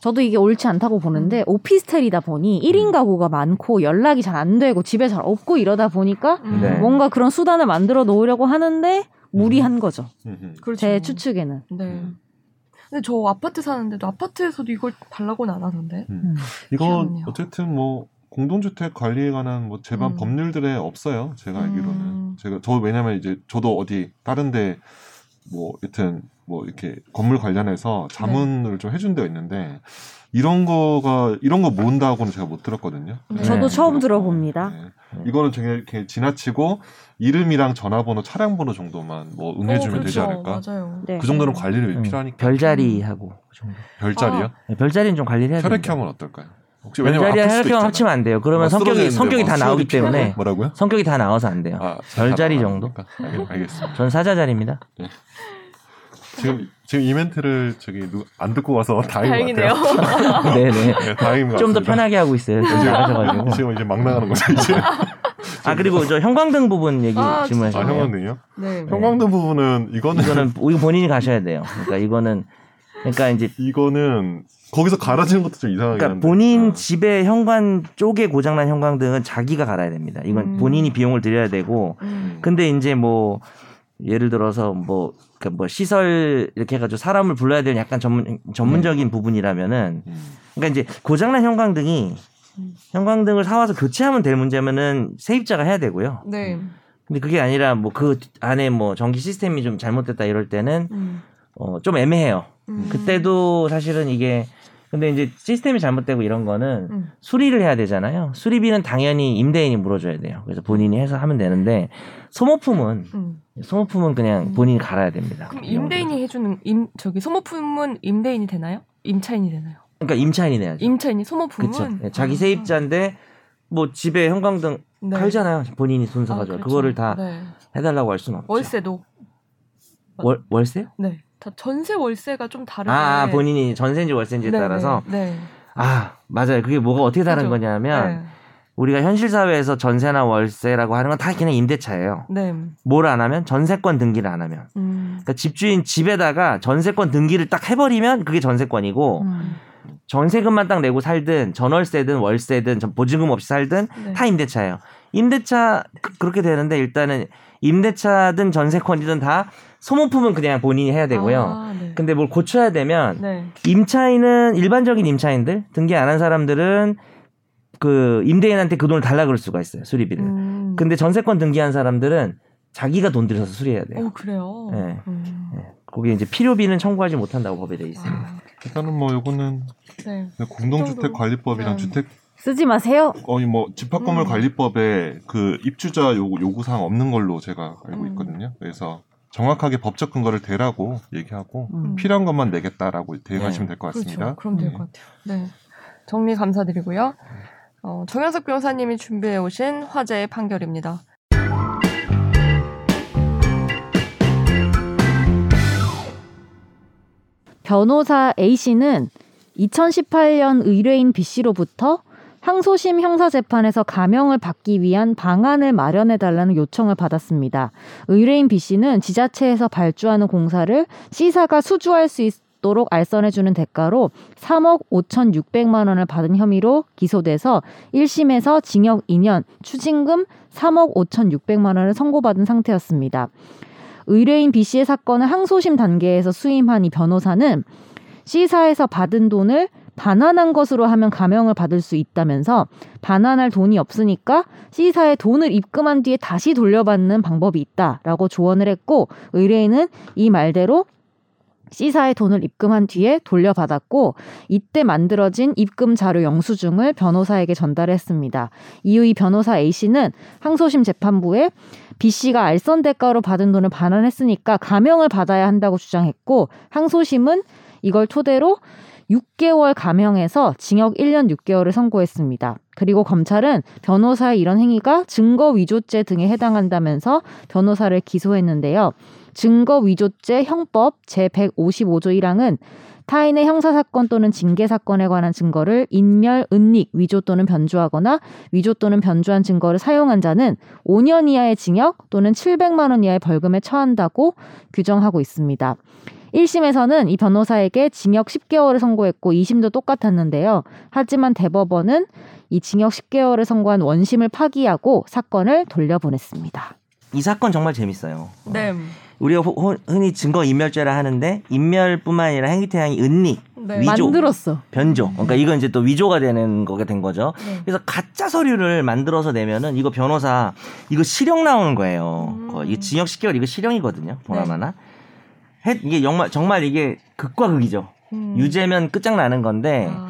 S2: 저도 이게 옳지 않다고 보는데 오피스텔이다 보니 1인 가구가 많고 연락이 잘 안 되고 집에 잘 없고 이러다 보니까
S1: 음.
S4: 네.
S2: 뭔가 그런 수단을 만들어 놓으려고 하는데 무리한 거죠.
S3: 음흠.
S1: 그렇죠.
S2: 제 추측에는.
S1: 네.
S3: 음.
S1: 근데 저 아파트 사는데도 아파트에서도 이걸 달라고는 안 하던데.
S2: 음.
S3: 이건
S1: 희한하네요.
S3: 어쨌든 뭐 공동주택 관리에 관한 뭐 제반
S1: 음.
S3: 법률들에 없어요. 제가
S1: 음.
S3: 알기로는 제가 저 왜냐면 이제 저도 어디 다른데 뭐 여튼 뭐 이렇게 건물 관련해서 자문을 좀 해준 데가 있는데 이런 거가 이런 거 모은다고는 제가 못 들었거든요.
S1: 네.
S2: 저도
S4: 네.
S2: 처음 들어봅니다.
S3: 네. 이거는 그냥 이렇게 지나치고 이름이랑 전화번호, 차량번호 정도만 뭐 응해주면
S1: 어,
S3: 되지
S1: 그렇죠.
S3: 않을까?
S1: 맞아요.
S2: 네.
S3: 그 정도는 관리를 왜
S4: 음,
S3: 필요하니까
S4: 별자리하고 그 정도.
S3: 별자리요?
S4: 네, 별자리는 좀 관리를 해야 돼요.
S3: 혈액형은 어떨까요? 혹시 왜냐면
S4: 별자리와
S3: 아플 수도
S4: 혈액형
S3: 있잖아요.
S4: 합치면 안 돼요.
S3: 아,
S4: 그러면 성격이
S3: 쓰러지는데
S4: 성격이
S3: 막
S4: 다 나오기
S3: 쓰러지는
S4: 때문에
S3: 거 뭐라고요?
S4: 성격이 다 나와서 안 돼요.
S3: 아,
S4: 별자리
S3: 다
S4: 정도?
S3: 나왔으니까. 알- 알겠습니다.
S4: 전 사자 자리입니다.
S3: 아. 지금 지금 이 멘트를 저기 누- 안 듣고 와서 다행인 것
S1: 다행이네요.
S3: 같아요. 아.
S4: 네네.
S3: 네, 다행인 것
S4: 좀 더
S3: 같습니다.
S4: 편하게 하고 있어요. 좀 잘하셔가지고.
S3: 지금, 지금 이제 막 나가는 거죠 이제.
S4: 아 그리고 저 형광등 부분 얘기
S1: 아,
S3: 아
S1: 진짜.
S4: 질문하셨네요.
S3: 형광등이요?
S1: 네.
S3: 형광등 부분은 이거는
S4: 이거는 이거 본인이 가셔야 돼요. 그러니까 이거는 그러니까 이제
S3: 이거는 거기서 갈아지는 것도 좀 이상하긴
S4: 그러니까
S3: 한데.
S4: 본인
S3: 아.
S4: 집에 현관 쪽에 고장난 형광등은 자기가 갈아야 됩니다. 이건
S1: 음.
S4: 본인이 비용을 들여야 되고
S3: 네.
S1: 음.
S4: 근데 이제 뭐 예를 들어서 뭐, 그뭐 시설 이렇게 해가지고 사람을 불러야 되는 약간 전문
S3: 네.
S4: 전문적인 부분이라면은
S3: 음.
S4: 그러니까 이제 고장난 형광등이
S1: 음.
S4: 형광등을 사와서 교체하면 될 문제면은 세입자가 해야 되고요.
S1: 네.
S4: 근데 그게 아니라 뭐 그 안에 뭐 전기 시스템이 좀 잘못됐다 이럴 때는
S1: 음.
S4: 어 좀 애매해요.
S1: 음.
S4: 그때도 사실은 이게 근데 이제 시스템이 잘못되고 이런 거는
S1: 음.
S4: 수리를 해야 되잖아요. 수리비는 당연히 임대인이 물어줘야 돼요. 그래서 본인이 해서 하면 되는데 소모품은
S1: 음.
S4: 소모품은 그냥
S1: 음.
S4: 본인이 갈아야 됩니다.
S1: 그럼
S4: 이런 거.
S1: 임대인이 해주는 임 저기 소모품은 임대인이 되나요? 임차인이 되나요?
S4: 그러니까 임차인이 내야죠.
S1: 임차인이
S4: 그렇죠.
S1: 소모품은 아.
S4: 네, 자기 세입자인데 뭐 집에 형광등
S1: 네.
S4: 팔잖아요. 본인이 손
S1: 아,
S4: 사가지고
S1: 그렇죠.
S4: 그거를 다
S1: 네.
S4: 해달라고 할 수는 없죠.
S1: 월세도
S4: 월, 월세?
S1: 네. 다 전세 월세가 좀 다른데.
S4: 아, 아, 본인이 전세인지 월세인지에
S1: 네,
S4: 따라서
S1: 네.
S4: 아 맞아요. 그게 뭐가 어떻게 다른
S1: 그죠.
S4: 거냐면
S1: 네.
S4: 우리가 현실 사회에서 전세나 월세라고 하는 건 다 그냥 임대차예요.
S1: 네.
S4: 뭘 안 하면 전세권 등기를 안 하면.
S1: 음.
S4: 그러니까 집주인 집에다가 전세권 등기를 딱 해버리면 그게 전세권이고
S2: 음.
S4: 전세금만 딱 내고 살든 전월세든 월세든 전- 보증금 없이 살든
S1: 네.
S4: 다 임대차예요. 임대차 그- 그렇게 되는데 일단은 임대차든 전세권이든 다 소모품은 그냥 본인이 해야 되고요.
S1: 아, 네.
S4: 근데 뭘 고쳐야 되면
S1: 네.
S4: 임차인은 일반적인 임차인들 등기 안 한 사람들은 그 임대인한테 그 돈을 달라 그럴 수가 있어요 수리비를.
S1: 음.
S4: 근데 전세권 등기한 사람들은 자기가 돈 들여서 수리해야 돼요.
S1: 어, 그래요.
S4: 네.
S1: 음.
S4: 거기에 이제 필요비는 청구하지 못한다고 법에 돼 있어요.
S1: 아,
S3: 일단은 뭐 요거는
S1: 네.
S3: 그냥 공동주택 관리법이랑
S1: 네.
S3: 주택
S2: 쓰지 마세요.
S3: 거의 뭐 집합건물
S1: 음.
S3: 관리법에 그 입주자 요구 요구사항 없는 걸로 제가 알고
S1: 음.
S3: 있거든요. 그래서 정확하게 법적 근거를 대라고 얘기하고
S2: 음.
S3: 필요한 것만 내겠다라고 대응하시면 될 것 같습니다.
S1: 그렇죠. 그럼 될
S3: 네.
S4: 음.
S1: 것 같아요. 네. 정리 감사드리고요. 어, 정현석 변호사님이 준비해 오신 화제의 판결입니다.
S2: 변호사 A 씨는 2018년 의뢰인 B 씨로부터 항소심 형사재판에서 감형을 받기 위한 방안을 마련해달라는 요청을 받았습니다. 의뢰인 B 씨는 지자체에서 발주하는 공사를 C사가 수주할 수 있도록 알선해주는 대가로 3억 5,600만 원을 받은 혐의로 기소돼서 1심에서 징역 2년, 추징금 3억 5,600만 원을 선고받은 상태였습니다. 의뢰인 B 씨의 사건을 항소심 단계에서 수임한 이 변호사는 C사에서 받은 돈을 반환한 것으로 하면 감형을 받을 수 있다면서 반환할 돈이 없으니까 C사에 돈을 입금한 뒤에 다시 돌려받는 방법이 있다라고 조언을 했고 의뢰인은 이 말대로 C사에 돈을 입금한 뒤에 돌려받았고 이때 만들어진 입금 자료 영수증을 변호사에게 전달했습니다. 이후 이 변호사 A씨는 항소심 재판부에 B 씨가 알선 대가로 받은 돈을 반환했으니까 감형을 받아야 한다고 주장했고 항소심은 이걸 토대로 6개월 감형에서 징역 1년 6개월을 선고했습니다. 그리고 검찰은 변호사의 이런 행위가 증거 위조죄 등에 해당한다면서 변호사를 기소했는데요. 증거 위조죄 형법 제155조 1항은 타인의 형사사건 또는 징계사건에 관한 증거를 인멸, 은닉, 위조 또는 변조하거나 위조 또는 변조한 증거를 사용한 자는 5년 이하의 징역 또는 700만 원 이하의 벌금에 처한다고 규정하고 있습니다. 1심에서는 이 변호사에게 징역 10개월을 선고했고 2심도 똑같았는데요. 하지만 대법원은 이 징역 10개월을 선고한 원심을 파기하고 사건을 돌려보냈습니다.
S4: 이 사건 정말 재밌어요.
S1: 네.
S4: 우리가 호- 호- 흔히 증거 인멸죄라 하는데 인멸뿐만 아니라 행위태양이 은닉,
S1: 네.
S4: 위조,
S2: 만들었어.
S4: 변조.
S1: 음.
S4: 그러니까 이건 이제 또 위조가 되는 거게 된 거죠.
S1: 네.
S4: 그래서 가짜 서류를 만들어서 내면은 이거 변호사 이거 실형 나오는 거예요.
S1: 음.
S4: 거의 이게 징역 10개월 이거 실형이거든요. 보나마나. 해- 이게 정말 정말 이게 극과 극이죠.
S1: 네. 음.
S4: 유죄면 끝장나는 건데
S1: 아,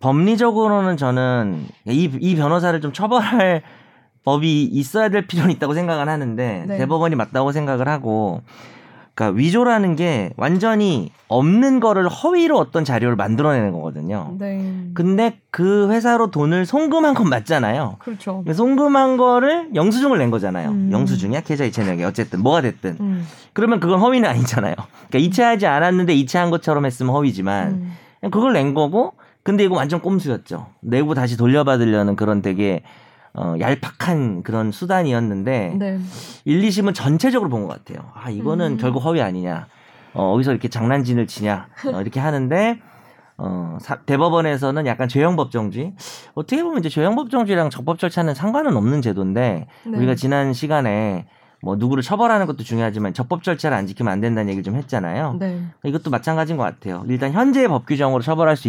S4: 법리적으로는 저는 이, 이 변호사를 좀 처벌할 법이 있어야 될 필요는 있다고 생각은 하는데
S1: 네.
S4: 대법원이 맞다고 생각을 하고 그러니까 위조라는 게 완전히 없는 거를 허위로 어떤 자료를 만들어내는 거거든요.
S1: 네.
S4: 근데 그 회사로 돈을 송금한 건 맞잖아요.
S1: 그렇죠.
S4: 송금한 거를 영수증을 낸 거잖아요.
S1: 음.
S4: 영수증이야 계좌 이체액이 어쨌든 뭐가 됐든
S1: 음.
S4: 그러면 그건 허위는 아니잖아요. 그러니까 이체하지 않았는데 이체한 것처럼 했으면 허위지만
S1: 음.
S4: 그냥 그걸 낸 거고 근데 이거 완전 꼼수였죠. 내고 다시 돌려받으려는 그런 되게 어, 얄팍한 그런 수단이었는데
S1: 네.
S4: 1, 2심은 전체적으로 본 것 같아요. 아 이거는
S1: 음.
S4: 결국 허위 아니냐. 어, 어디서 이렇게 장난진을 치냐. 어, 이렇게 하는데 어, 사- 대법원에서는 약간 죄형법정지 어떻게 보면 이제 죄형법정지랑 적법 절차는 상관은 없는 제도인데
S1: 네.
S4: 우리가 지난 시간에 뭐 누구를 처벌하는 것도 중요하지만 적법 절차를 안 지키면 안 된다는 얘기를 좀 했잖아요.
S1: 네.
S4: 이것도 마찬가지인 것 같아요. 일단 현재의 법 규정으로 처벌할 수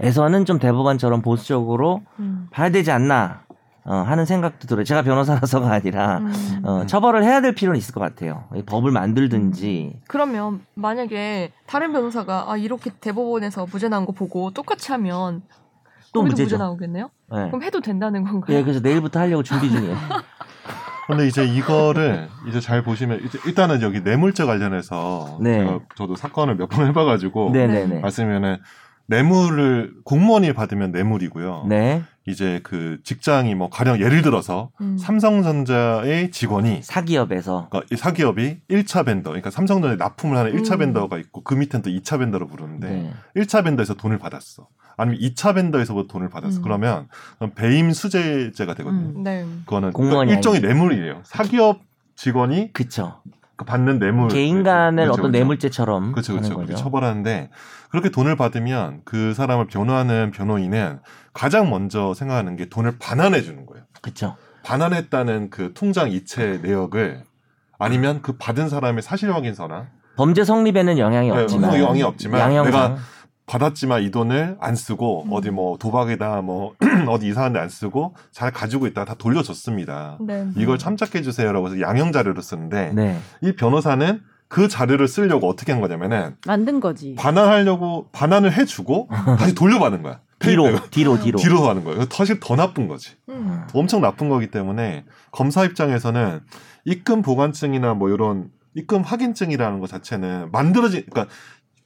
S4: 있는가에서는 좀 대법원처럼 보수적으로
S1: 음.
S4: 봐야 되지 않나 어, 하는 생각도 들어요. 제가 변호사라서가 아니라
S1: 음.
S4: 어, 처벌을 해야 될 필요는 있을 것 같아요. 이 법을
S1: 음.
S4: 만들든지
S1: 그러면 만약에 다른 변호사가 아 이렇게 대법원에서 무죄 나온 거 보고 똑같이 하면
S4: 또
S1: 우리도 무죄
S4: 무죄죠.
S1: 나오겠네요?
S4: 예.
S1: 그럼 해도 된다는 건가요?
S4: 예, 그래서 내일부터 하려고 준비 중이에요.
S3: 근데 이제 이거를 이제 잘 보시면 이제 일단은 여기 뇌물죄 관련해서
S4: 네.
S3: 제가 저도 사건을 몇 번 해봐가지고
S4: 네네네.
S3: 말씀이면은 뇌물을 공무원이 받으면 뇌물이고요.
S4: 네.
S3: 이제 그 직장이 뭐 가령 예를 들어서
S1: 음.
S3: 삼성전자의 직원이
S4: 사기업에서
S3: 그러니까 이 사기업이 1차 벤더, 그러니까 삼성전에 납품을 하는 1차
S1: 음.
S3: 벤더가 있고 그 밑에는 또 2차 벤더로 부르는데
S4: 네.
S3: 1차 벤더에서 돈을 받았어. 아니면 2차 벤더에서부터 돈을 받았어.
S1: 음.
S3: 그러면 배임 수재죄가 되거든요.
S2: 음.
S1: 네.
S3: 그거는 그러니까
S4: 공무원이
S3: 일종의 뇌물이에요. 사기업 직원이
S4: 그쵸.
S3: 그 받는 뇌물.
S4: 개인간을
S3: 그렇죠,
S4: 어떤
S3: 그렇죠.
S4: 뇌물죄처럼
S3: 그렇죠, 그렇죠.
S4: 하는
S3: 그렇게
S4: 거죠.
S3: 처벌하는데 그렇게 돈을 받으면 그 사람을 변호하는 변호인은 가장 먼저 생각하는 게 돈을 반환해 주는 거예요.
S4: 그쵸.
S3: 반환했다는 그 통장 이체 내역을 아니면 그 받은 사람의 사실 확인서나
S4: 범죄 성립에는 영향이
S3: 네,
S4: 없지만
S3: 뭐 영향이 없지만
S4: 양형상.
S3: 내가 받았지만 이 돈을 안 쓰고
S1: 음.
S3: 어디 뭐 도박이다 뭐 어디 이상한데 안 쓰고 잘 가지고 있다 다 돌려줬습니다.
S1: 네.
S3: 이걸 참작해 주세요라고 해서 양형 자료로 쓰는데
S4: 음. 네.
S3: 이 변호사는 그 자료를 쓰려고 어떻게 한 거냐면은
S2: 만든 거지.
S3: 반환하려고 반환을 해주고 다시 돌려받는 거야.
S4: 뒤로
S3: 페이백을.
S4: 뒤로 뒤로
S3: 뒤로 하는 거예요. 사실 더 나쁜 거지.
S4: 아,
S1: 음.
S3: 엄청 나쁜 거기 때문에 검사 입장에서는 입금 보관증이나 뭐 이런 입금 확인증이라는 것 자체는 만들어진 그러니까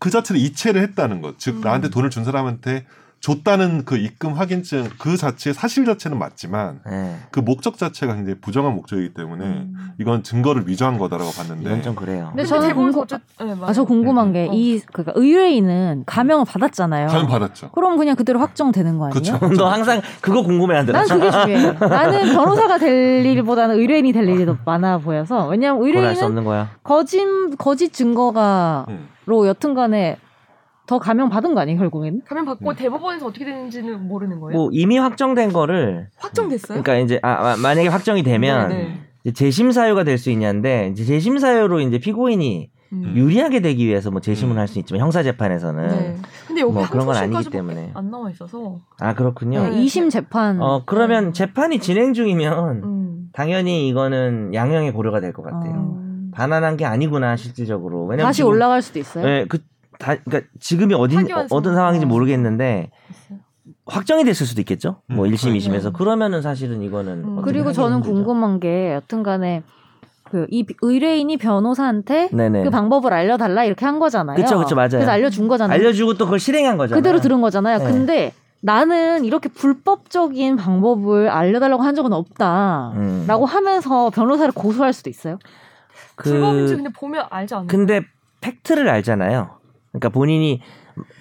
S3: 그 자체를 이체를 했다는 것. 즉
S1: 음.
S3: 나한테 돈을 준 사람한테 줬다는 그 입금 확인증 그 자체의 사실 자체는 맞지만
S4: 네.
S3: 그 목적 자체가 굉장히 부정한 목적이기 때문에
S1: 음.
S3: 이건 증거를 위조한 거다라고 봤는데
S4: 이건 좀 그래요.
S2: 근데 저는
S1: 대법원
S2: 궁금-
S1: 어쨌- 네, 맞아요.
S2: 아, 저 궁금한
S1: 어.
S2: 게 이 그러니까 의뢰인은 가명을 받았잖아요.
S3: 과연 받았죠.
S2: 그럼 그냥 그대로 확정되는 거 아니에요?
S3: 그렇죠.
S4: 너 항상 그거 궁금해하더라.
S2: 난 그게 중요해. 나는 변호사가 될 일보다는 의뢰인이 될 일이 더 많아 보여서. 왜냐면
S4: 그건 알 수
S2: 의뢰인은
S4: 없는 거야.
S2: 거짓 거짓 증거가로
S3: 음.
S2: 여튼간에 더 가명 받은 거 아니에요 결국엔?
S1: 가면 받고 대법원에서 어떻게 되는지는 모르는 거예요?
S4: 네. 뭐 이미 확정된 거를
S1: 확정됐어요?
S4: 그러니까 이제 아, 아, 만약에 확정이 되면
S1: 네, 네.
S4: 이제 재심 사유가 될 수 있냐인데 이제 재심 사유로 이제 피고인이
S1: 음.
S4: 유리하게 되기 위해서 뭐 재심을
S3: 음.
S4: 할 수 있지만 형사 재판에서는
S1: 네. 근데 여기
S4: 뭐 그런 건 아니기
S1: 항소심까지밖에
S4: 때문에.
S1: 안 나와 있어서.
S4: 아 그렇군요.
S1: 네.
S2: 2심 재판.
S4: 어 그러면 재판이 진행 중이면
S1: 음.
S4: 당연히 이거는 양형의 고려가 될 것 같아요.
S2: 어.
S1: 음.
S4: 반환한 게 아니구나 실질적으로. 왜냐면
S2: 다시
S4: 지금-
S2: 올라갈 수도 있어요.
S4: 네, 그, 다, 그러니까 지금이 어딘,
S1: 파기환송.
S4: 어떤 상황인지 모르겠는데
S1: 있어요.
S4: 확정이 됐을 수도 있겠죠. 뭐
S3: 음,
S4: 1심,
S3: 네.
S4: 2심에서 그러면은 사실은 이거는
S1: 음.
S4: 어떻게
S2: 그리고
S4: 하기
S2: 저는
S4: 힘들죠.
S2: 궁금한 게 여튼간에 그 이 의뢰인이 변호사한테
S4: 네네.
S2: 그 방법을 알려달라 이렇게 한 거잖아요.
S4: 그쵸, 그쵸, 맞아요.
S2: 그래서 알려준 거잖아요.
S4: 알려주고 또 그걸 실행한 거잖아요.
S2: 그대로 들은 거잖아요.
S4: 네.
S2: 근데 나는 이렇게 불법적인 방법을 알려달라고 한 적은 없다.
S4: 음.
S2: 라고 하면서 변호사를 고소할 수도 있어요.
S1: 불법인지
S4: 그
S1: 근데 보면 알지 않나요?
S4: 근데 팩트를 알잖아요. 그러니까 본인이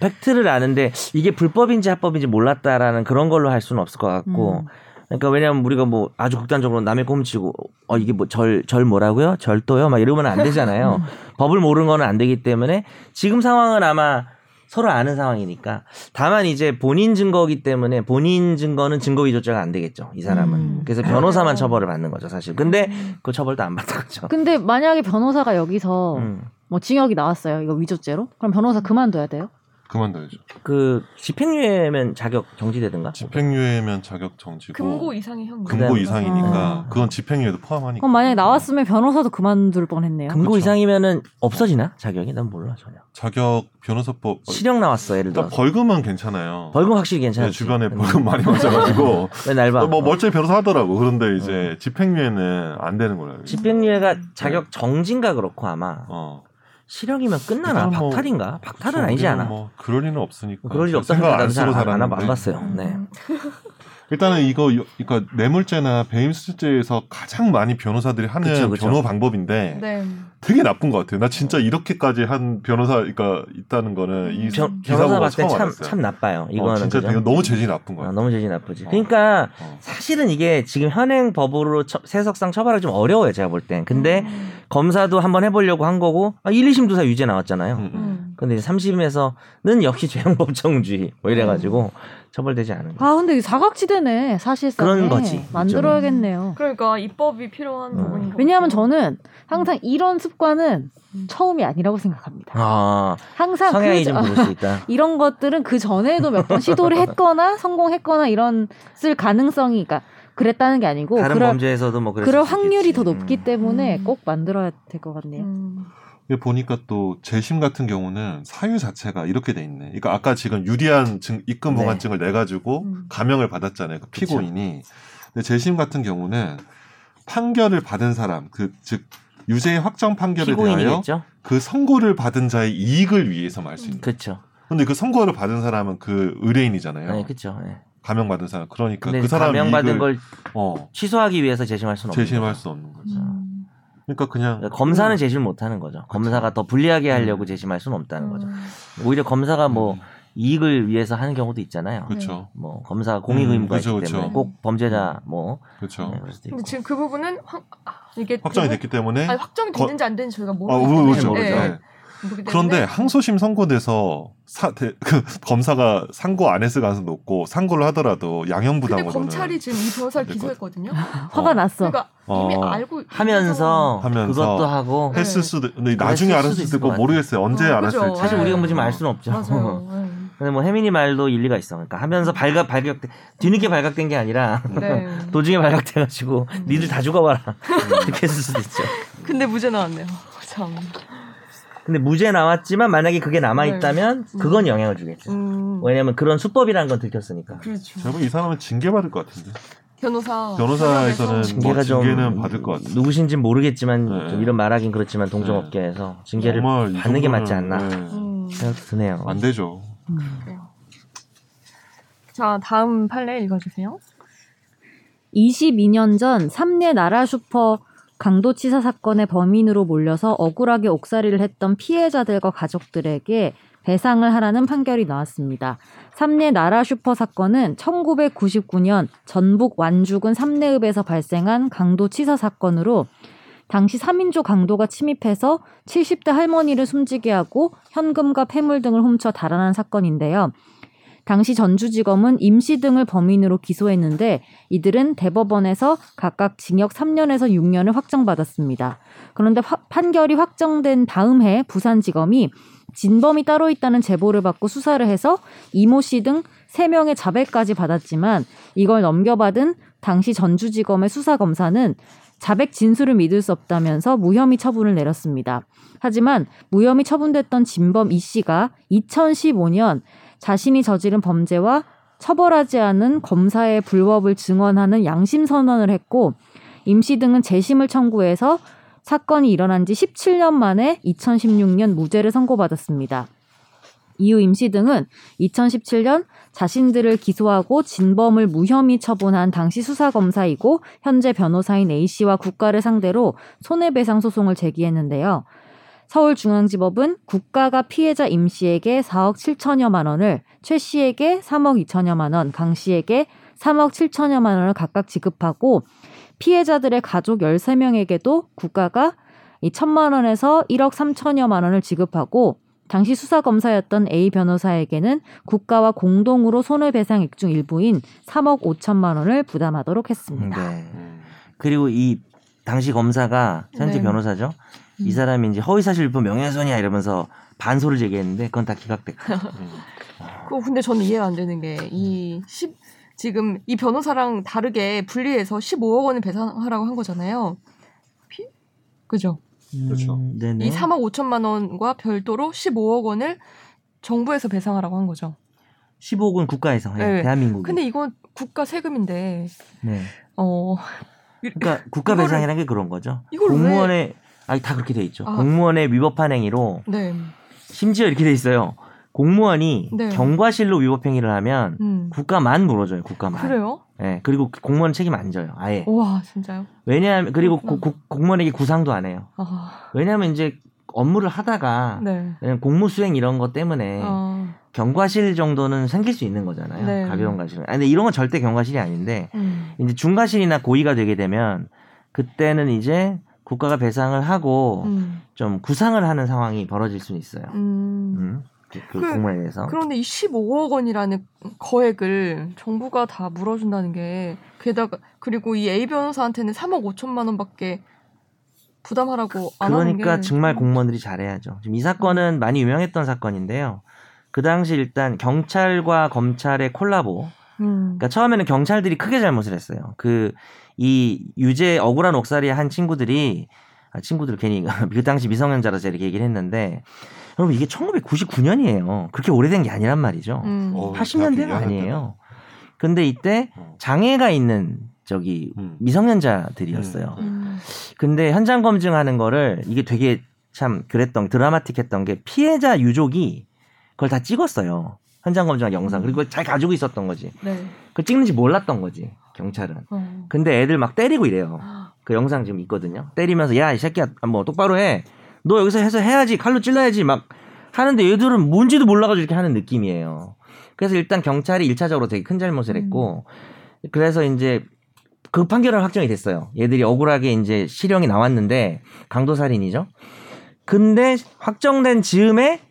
S4: 팩트를 아는데 이게 불법인지 합법인지 몰랐다라는 그런 걸로 할 수는 없을 것
S2: 음.
S4: 같고. 그러니까 왜냐면 우리가 뭐 아주 극단적으로 남의 꼼치고 어 이게 뭐 절 절 뭐라고요? 절도요? 막 이러면 안 되잖아요. 법을 모르는 거는 안 되기 때문에 지금 상황은 아마 서로 아는 상황이니까 다만 이제 본인 증거기 때문에 본인 증거는 증거 위조죄가 안 되겠죠 이 사람은
S2: 음.
S4: 그래서 변호사만
S1: 어.
S4: 처벌을 받는 거죠 사실 근데
S1: 음.
S4: 그 처벌도 안 받는 거죠
S2: 근데 만약에 변호사가 여기서
S4: 음.
S2: 뭐 징역이 나왔어요. 이거 위조죄로? 그럼 변호사 그만둬야 돼요?
S3: 그만둬야죠.
S4: 그 집행유예면 자격 정지되든가
S3: 집행유예면 자격 정지고
S4: 뭐
S1: 금고 이상의 네. 형.
S3: 금고
S4: 그다음-
S3: 이상이니까
S2: 아.
S3: 그건 집행유예도
S4: 네.
S3: 포함하니까.
S2: 그럼 만약에 나왔으면 변호사도 그만둘 뻔했네요.
S4: 금고
S3: 그쵸.
S4: 이상이면은 없어지나 자격이 난 몰라 전혀
S3: 자격 변호사법
S4: 실형 나왔어 예를
S3: 일단
S4: 들어
S3: 벌금은 괜찮아요.
S4: 벌금 확실히 음. 괜찮아
S3: 네, 주변에 벌금 많이 맞아가지고
S4: 왜 날봐 어.
S3: 뭐 멀쩡히 변호사 하더라고. 그런데 이제 집행유예는 안 되는 거라요.
S4: 집행유예가 자격 정지인가 그렇고 아마
S3: 어.
S4: 실형이면 끝나나
S3: 일단 뭐-
S4: 박탈인가 박탈은
S3: 그래서
S4: 아니지
S3: 우리는
S4: 않아
S3: 뭐 그럴 일은 없으니까.
S4: 그럴 일
S3: 별
S4: 없다
S3: 생각
S4: 생각
S3: 안
S4: 나도
S3: 쓰고
S4: 잘안 안,
S3: 살았는데. 음.
S4: 안 봤어요
S1: 음.
S4: 네
S3: 일단은 이거 요- 그러니까 뇌물죄나 배임수수죄에서 가장 많이 변호사들이 하는
S4: 그쵸, 그쵸.
S3: 변호 방법인데
S1: 네.
S3: 되게 나쁜 것 같아요. 나 진짜 이렇게까지 한 변호사가 그러니까 있다는 거는 이
S4: 변,
S3: 기사
S4: 변호사
S3: 보고
S4: 봤을
S3: 처음
S4: 때참
S3: 알았어요.
S4: 참 나빠요 음. 이거는
S3: 어, 진짜
S4: 그죠?
S3: 되게 너무 재질이 나쁜
S4: 아,
S3: 거야.
S4: 너무 재질 나쁘지
S3: 어.
S4: 그러니까
S3: 어.
S4: 사실은 이게 지금 현행 법으로 처- 세석상 처벌하기 좀 어려워요 제가 볼 땐 근데
S1: 음.
S4: 검사도 한번 해보려고 한 거고 아, 1, 2심 조사 유죄 나왔잖아요
S3: 음, 음.
S1: 음.
S4: 근데 이제 3심에서는 역시 죄형법정주의 뭐 이래가지고
S3: 음.
S4: 처벌되지 않은 거죠.
S2: 아 근데 이거 사각지대네 사실상
S4: 그런 거지,
S2: 만들어야겠네요.
S1: 그러니까 입법이 필요한
S4: 음.
S1: 부분인 것
S2: 왜냐하면
S1: 같아요.
S2: 저는 항상 이런 습관은
S1: 음.
S2: 처음이 아니라고 생각합니다.
S4: 아,
S2: 항상
S4: 성향이
S2: 그
S4: 좀
S2: 저-
S4: 부를 수 있다.
S2: 이런 것들은 그 전에도 몇 번 시도를 했거나 성공했거나 이런 쓸 가능성이 그러니까 그랬다는 게 아니고
S4: 다른
S2: 그럴,
S4: 범죄에서도 뭐 그럴,
S2: 그럴
S4: 수 있겠지.
S2: 확률이 더 높기
S4: 음.
S2: 때문에
S1: 음.
S2: 꼭 만들어야 될 것 같네요.
S1: 음.
S3: 근데 보니까 또 재심 같은 경우는 사유 자체가 이렇게 돼 있네. 그러니까 아까 지금 유리한 증, 입금
S4: 네.
S3: 보관증을 내 가지고
S1: 음.
S3: 감형을 받았잖아요. 그 피고인이. 근데 재심 같은 경우는 판결을 받은 사람, 그 즉 유죄 확정 판결에 대하여
S4: 피고인이겠죠.
S3: 그 선고를 받은 자의 이익을 위해서 말 수 있는.
S4: 그렇죠.
S3: 근데 그 선고를 받은 사람은 그 의뢰인이잖아요.
S4: 네, 그렇죠. 네.
S3: 감형 받은 사람. 그러니까
S4: 근데
S3: 그 사람
S4: 감형 받은
S3: 이익을
S4: 걸
S3: 어,
S4: 취소하기 위해서 재심할 수는 없죠.
S3: 재심할 수 없는 거죠.
S1: 음.
S3: 그러니까 그냥
S4: 그러니까 검사는 재심 못 하는 거죠. 검사가 더 불리하게 하려고
S3: 음.
S4: 재심할 수는 없다는 거죠.
S1: 음.
S4: 오히려 검사가 뭐 이익을 위해서 하는 경우도 있잖아요.
S3: 그렇죠.
S4: 뭐 검사 공익
S3: 음,
S4: 의무가
S3: 그쵸,
S4: 있기 때문에
S3: 그쵸.
S4: 꼭 범죄자 뭐
S3: 그렇죠.
S4: 네, 그럴 수도 있고.
S1: 근데 지금 그 부분은 확, 아, 이게
S3: 확정이
S1: 되게-
S3: 됐기 때문에
S1: 아니, 확정이
S3: 거-
S1: 됐는지 안 됐는지 저희가
S3: 아,
S1: 모르기 때문에
S3: 모르죠, 모르죠.
S1: 예,
S3: 네.
S1: 예. 모르기
S3: 그런데
S1: 때문에
S3: 항소심 선고돼서 사, 대, 그 검사가 상고 안 했을 가능성 높고 상고를 하더라도
S1: 근데
S3: 양형부당으로는
S1: 검찰이 지금 이 변호사를
S3: 안될것
S1: 기소했거든요.
S2: 화가 났어.
S1: 그러니까 이미
S3: 어.
S1: 알고 있는
S4: 하면서,
S3: 하면서
S4: 그것도 하고
S1: 네.
S3: 했을 수도 근데 나중에
S4: 했을
S3: 알았을
S4: 수도
S3: 수도
S4: 있을 것
S3: 있고
S4: 같아요.
S3: 모르겠어요 언제
S1: 어,
S3: 알았을지
S1: 그죠.
S4: 사실 우리가 뭐 지금 알
S3: 어.
S4: 수는 없죠.
S1: 맞아요.
S4: 근데 뭐 혜민이 말도 일리가 있어. 그러니까 하면서 발각 발각 뒤늦게 발각된 게 아니라
S3: 음.
S1: 예. 네.
S4: 도중에 발각돼가지고
S1: 음.
S4: 니들 다 죽어봐라 이렇게 했을 수도 있죠.
S1: 근데 무죄 나왔네요. 참.
S4: 근데 무죄 나왔지만 만약에 그게 남아 있다면
S1: 음.
S4: 그건 영향을 주겠죠.
S1: 음.
S4: 왜냐면 그런 수법이라는 건 들켰으니까.
S1: 그렇죠.
S3: 제가 볼이 사람은 징계 받을 것 같은데
S1: 변호사.
S3: 변호사에서는
S1: 변호사에서-
S3: 뭐 징계는 받을 것 같아요.
S4: 누구신진 모르겠지만
S3: 네.
S4: 좀 이런 말하긴 그렇지만 동종업계에서 징계를
S3: 정말 이
S4: 받는 게 맞지
S3: 정도는,
S4: 않나
S3: 네.
S1: 음.
S4: 생각도 드네요.
S3: 안 되죠.
S2: 음.
S1: 자 다음 판례 읽어주세요.
S2: 22년 전 삼례 나라 슈퍼 강도치사 사건의 범인으로 몰려서 억울하게 옥살이를 했던 피해자들과 가족들에게 배상을 하라는 판결이 나왔습니다. 삼례 나라 슈퍼 사건은 1999년 전북 완주군 삼례읍에서 발생한 강도치사 사건으로 당시 3인조 강도가 침입해서 70대 할머니를 숨지게 하고 현금과 폐물 등을 훔쳐 달아난 사건인데요. 당시 전주지검은 임시 등을 범인으로 기소했는데 이들은 대법원에서 각각 징역 3년에서 6년을 확정받았습니다. 그런데 화- 판결이 확정된 다음 해 부산지검이 진범이 따로 있다는 제보를 받고 수사를 해서 이모 씨 등 3명의 자백까지 받았지만 이걸 넘겨받은 당시 전주지검의 수사검사는 자백 진술을 믿을 수 없다면서 무혐의 처분을 내렸습니다. 하지만 무혐의 처분됐던 진범 이 씨가 2015년 자신이 저지른 범죄와 처벌하지 않은 검사의 불법을 증언하는 양심 선언을 했고 임씨 등은 재심을 청구해서 사건이 일어난 지 17년 만에 2016년 무죄를 선고받았습니다. 이후 임씨 등은 2017년 자신들을 기소하고 진범을 무혐의 처분한 당시 수사검사이고 현재 변호사인 A씨와 국가를 상대로 손해배상 소송을 제기했는데요. 서울중앙지법은 국가가 피해자 임 씨에게 4억 7천여만 원을, 최 씨에게 3억 2천여만 원, 강 씨에게 3억 7천여만 원을 각각 지급하고 피해자들의 가족 13명에게도 국가가 이 천만 원에서 1억 3천여만 원을 지급하고 당시 수사 검사였던 A 변호사에게는 국가와 공동으로 손해배상 액중 일부인 3억 5천만 원을 부담하도록 했습니다.
S4: 네.
S3: 음.
S4: 그리고 이 당시 검사가 현재
S1: 네. 음.
S4: 변호사죠. 이 사람이 이제 허위사실유포 명예훼손이야 이러면서 반소를 제기했는데 그건 다 기각됐고.
S3: 음.
S1: 그거 근데 저는 이해가 안 되는 게
S4: 음.
S1: 이 10, 지금 이 변호사랑 다르게 분리해서 15억 원을 배상하라고 한 거잖아요. 피? 그죠?
S3: 그렇죠.
S4: 음, 네네.
S1: 이 3억 5천만 원과 별도로 15억 원을 정부에서 배상하라고 한 거죠.
S4: 15억은 국가에서 예,
S1: 네.
S4: 대한민국.
S1: 근데 이건 국가 세금인데
S4: 네.
S1: 어
S4: 그러니까 국가
S1: 이거를-
S4: 배상이라는 게 그런 거죠.
S1: 이걸
S4: 공무원의 아니 다 그렇게 돼 있죠.
S1: 아.
S4: 공무원의 위법한 행위로
S1: 네.
S4: 심지어 이렇게 돼 있어요. 공무원이
S1: 네.
S4: 경과실로 위법 행위를 하면
S1: 음.
S4: 국가만 물어줘요. 국가만.
S1: 그래요?
S4: 예, 그리고 공무원 책임 안 져요. 아예.
S1: 와 진짜요?
S4: 왜냐하면 그리고 고-
S1: 그렇구나.
S4: 고- 공무원에게 구상도 안 해요.
S1: 아,
S4: 왜냐하면 이제 업무를 하다가
S1: 네.
S4: 그냥 공무 수행 이런 것 때문에
S1: 어,
S4: 경과실 정도는 생길 수 있는 거잖아요.
S1: 네.
S4: 가벼운 과실은. 아니, 근데 이런 건 절대 경과실이 아닌데
S1: 음.
S4: 이제 중과실이나 고의가 되게 되면 그때는 이제 국가가 배상을 하고
S1: 음.
S4: 좀 구상을 하는 상황이 벌어질 수는 있어요.
S1: 음.
S4: 음. 그, 그
S1: 그-
S4: 공무원에 대해서.
S1: 그런데 이 15억 원이라는 거액을 정부가 다 물어준다는 게 게다가 그리고 이 A 변호사한테는 3억 5천만 원밖에 부담하라고 안 하는 음. 게
S4: 그러니까 정말 공무원들이 잘해야죠. 지금 이 사건은 많이 유명했던 사건인데요. 그 당시 일단 경찰과 검찰의 콜라보.
S1: 음.
S4: 그러니까 처음에는 경찰들이 크게 잘못을 했어요. 그 이 유죄 억울한 옥살이 한 친구들이 아, 친구들 괜히 그 당시 미성년자라서 이렇게 얘기를 했는데 여러분 이게 1999년이에요. 그렇게 오래된 게 아니란 말이죠.
S1: 음.
S3: 어,
S4: 80년대가
S3: 대학교
S4: 아니에요. 근데 이때
S3: 어.
S4: 장애가 있는 저기
S3: 음.
S4: 미성년자들이었어요.
S1: 음.
S4: 근데 현장 검증하는 거를 이게 되게 참 그랬던 드라마틱했던 게 피해자 유족이 그걸 다 찍었어요. 현장 검증한 영상 그리고 그걸 잘 가지고 있었던 거지.
S1: 네.
S4: 그 찍는지 몰랐던 거지 경찰은.
S1: 어.
S4: 근데 애들 막 때리고 이래요.
S1: 아.
S4: 그 영상 지금 있거든요. 때리면서 야 이 새끼야 뭐 똑바로 해. 너 여기서 해서 해야지 칼로 찔러야지 막 하는데 얘들은 뭔지도 몰라가지고 이렇게 하는 느낌이에요. 그래서 일단 경찰이 일차적으로 되게 큰 잘못을
S1: 음.
S4: 했고 그래서 이제 그 판결은 확정이 됐어요. 얘들이 억울하게 이제 실형이 나왔는데 강도 살인이죠. 근데 확정된 즈음에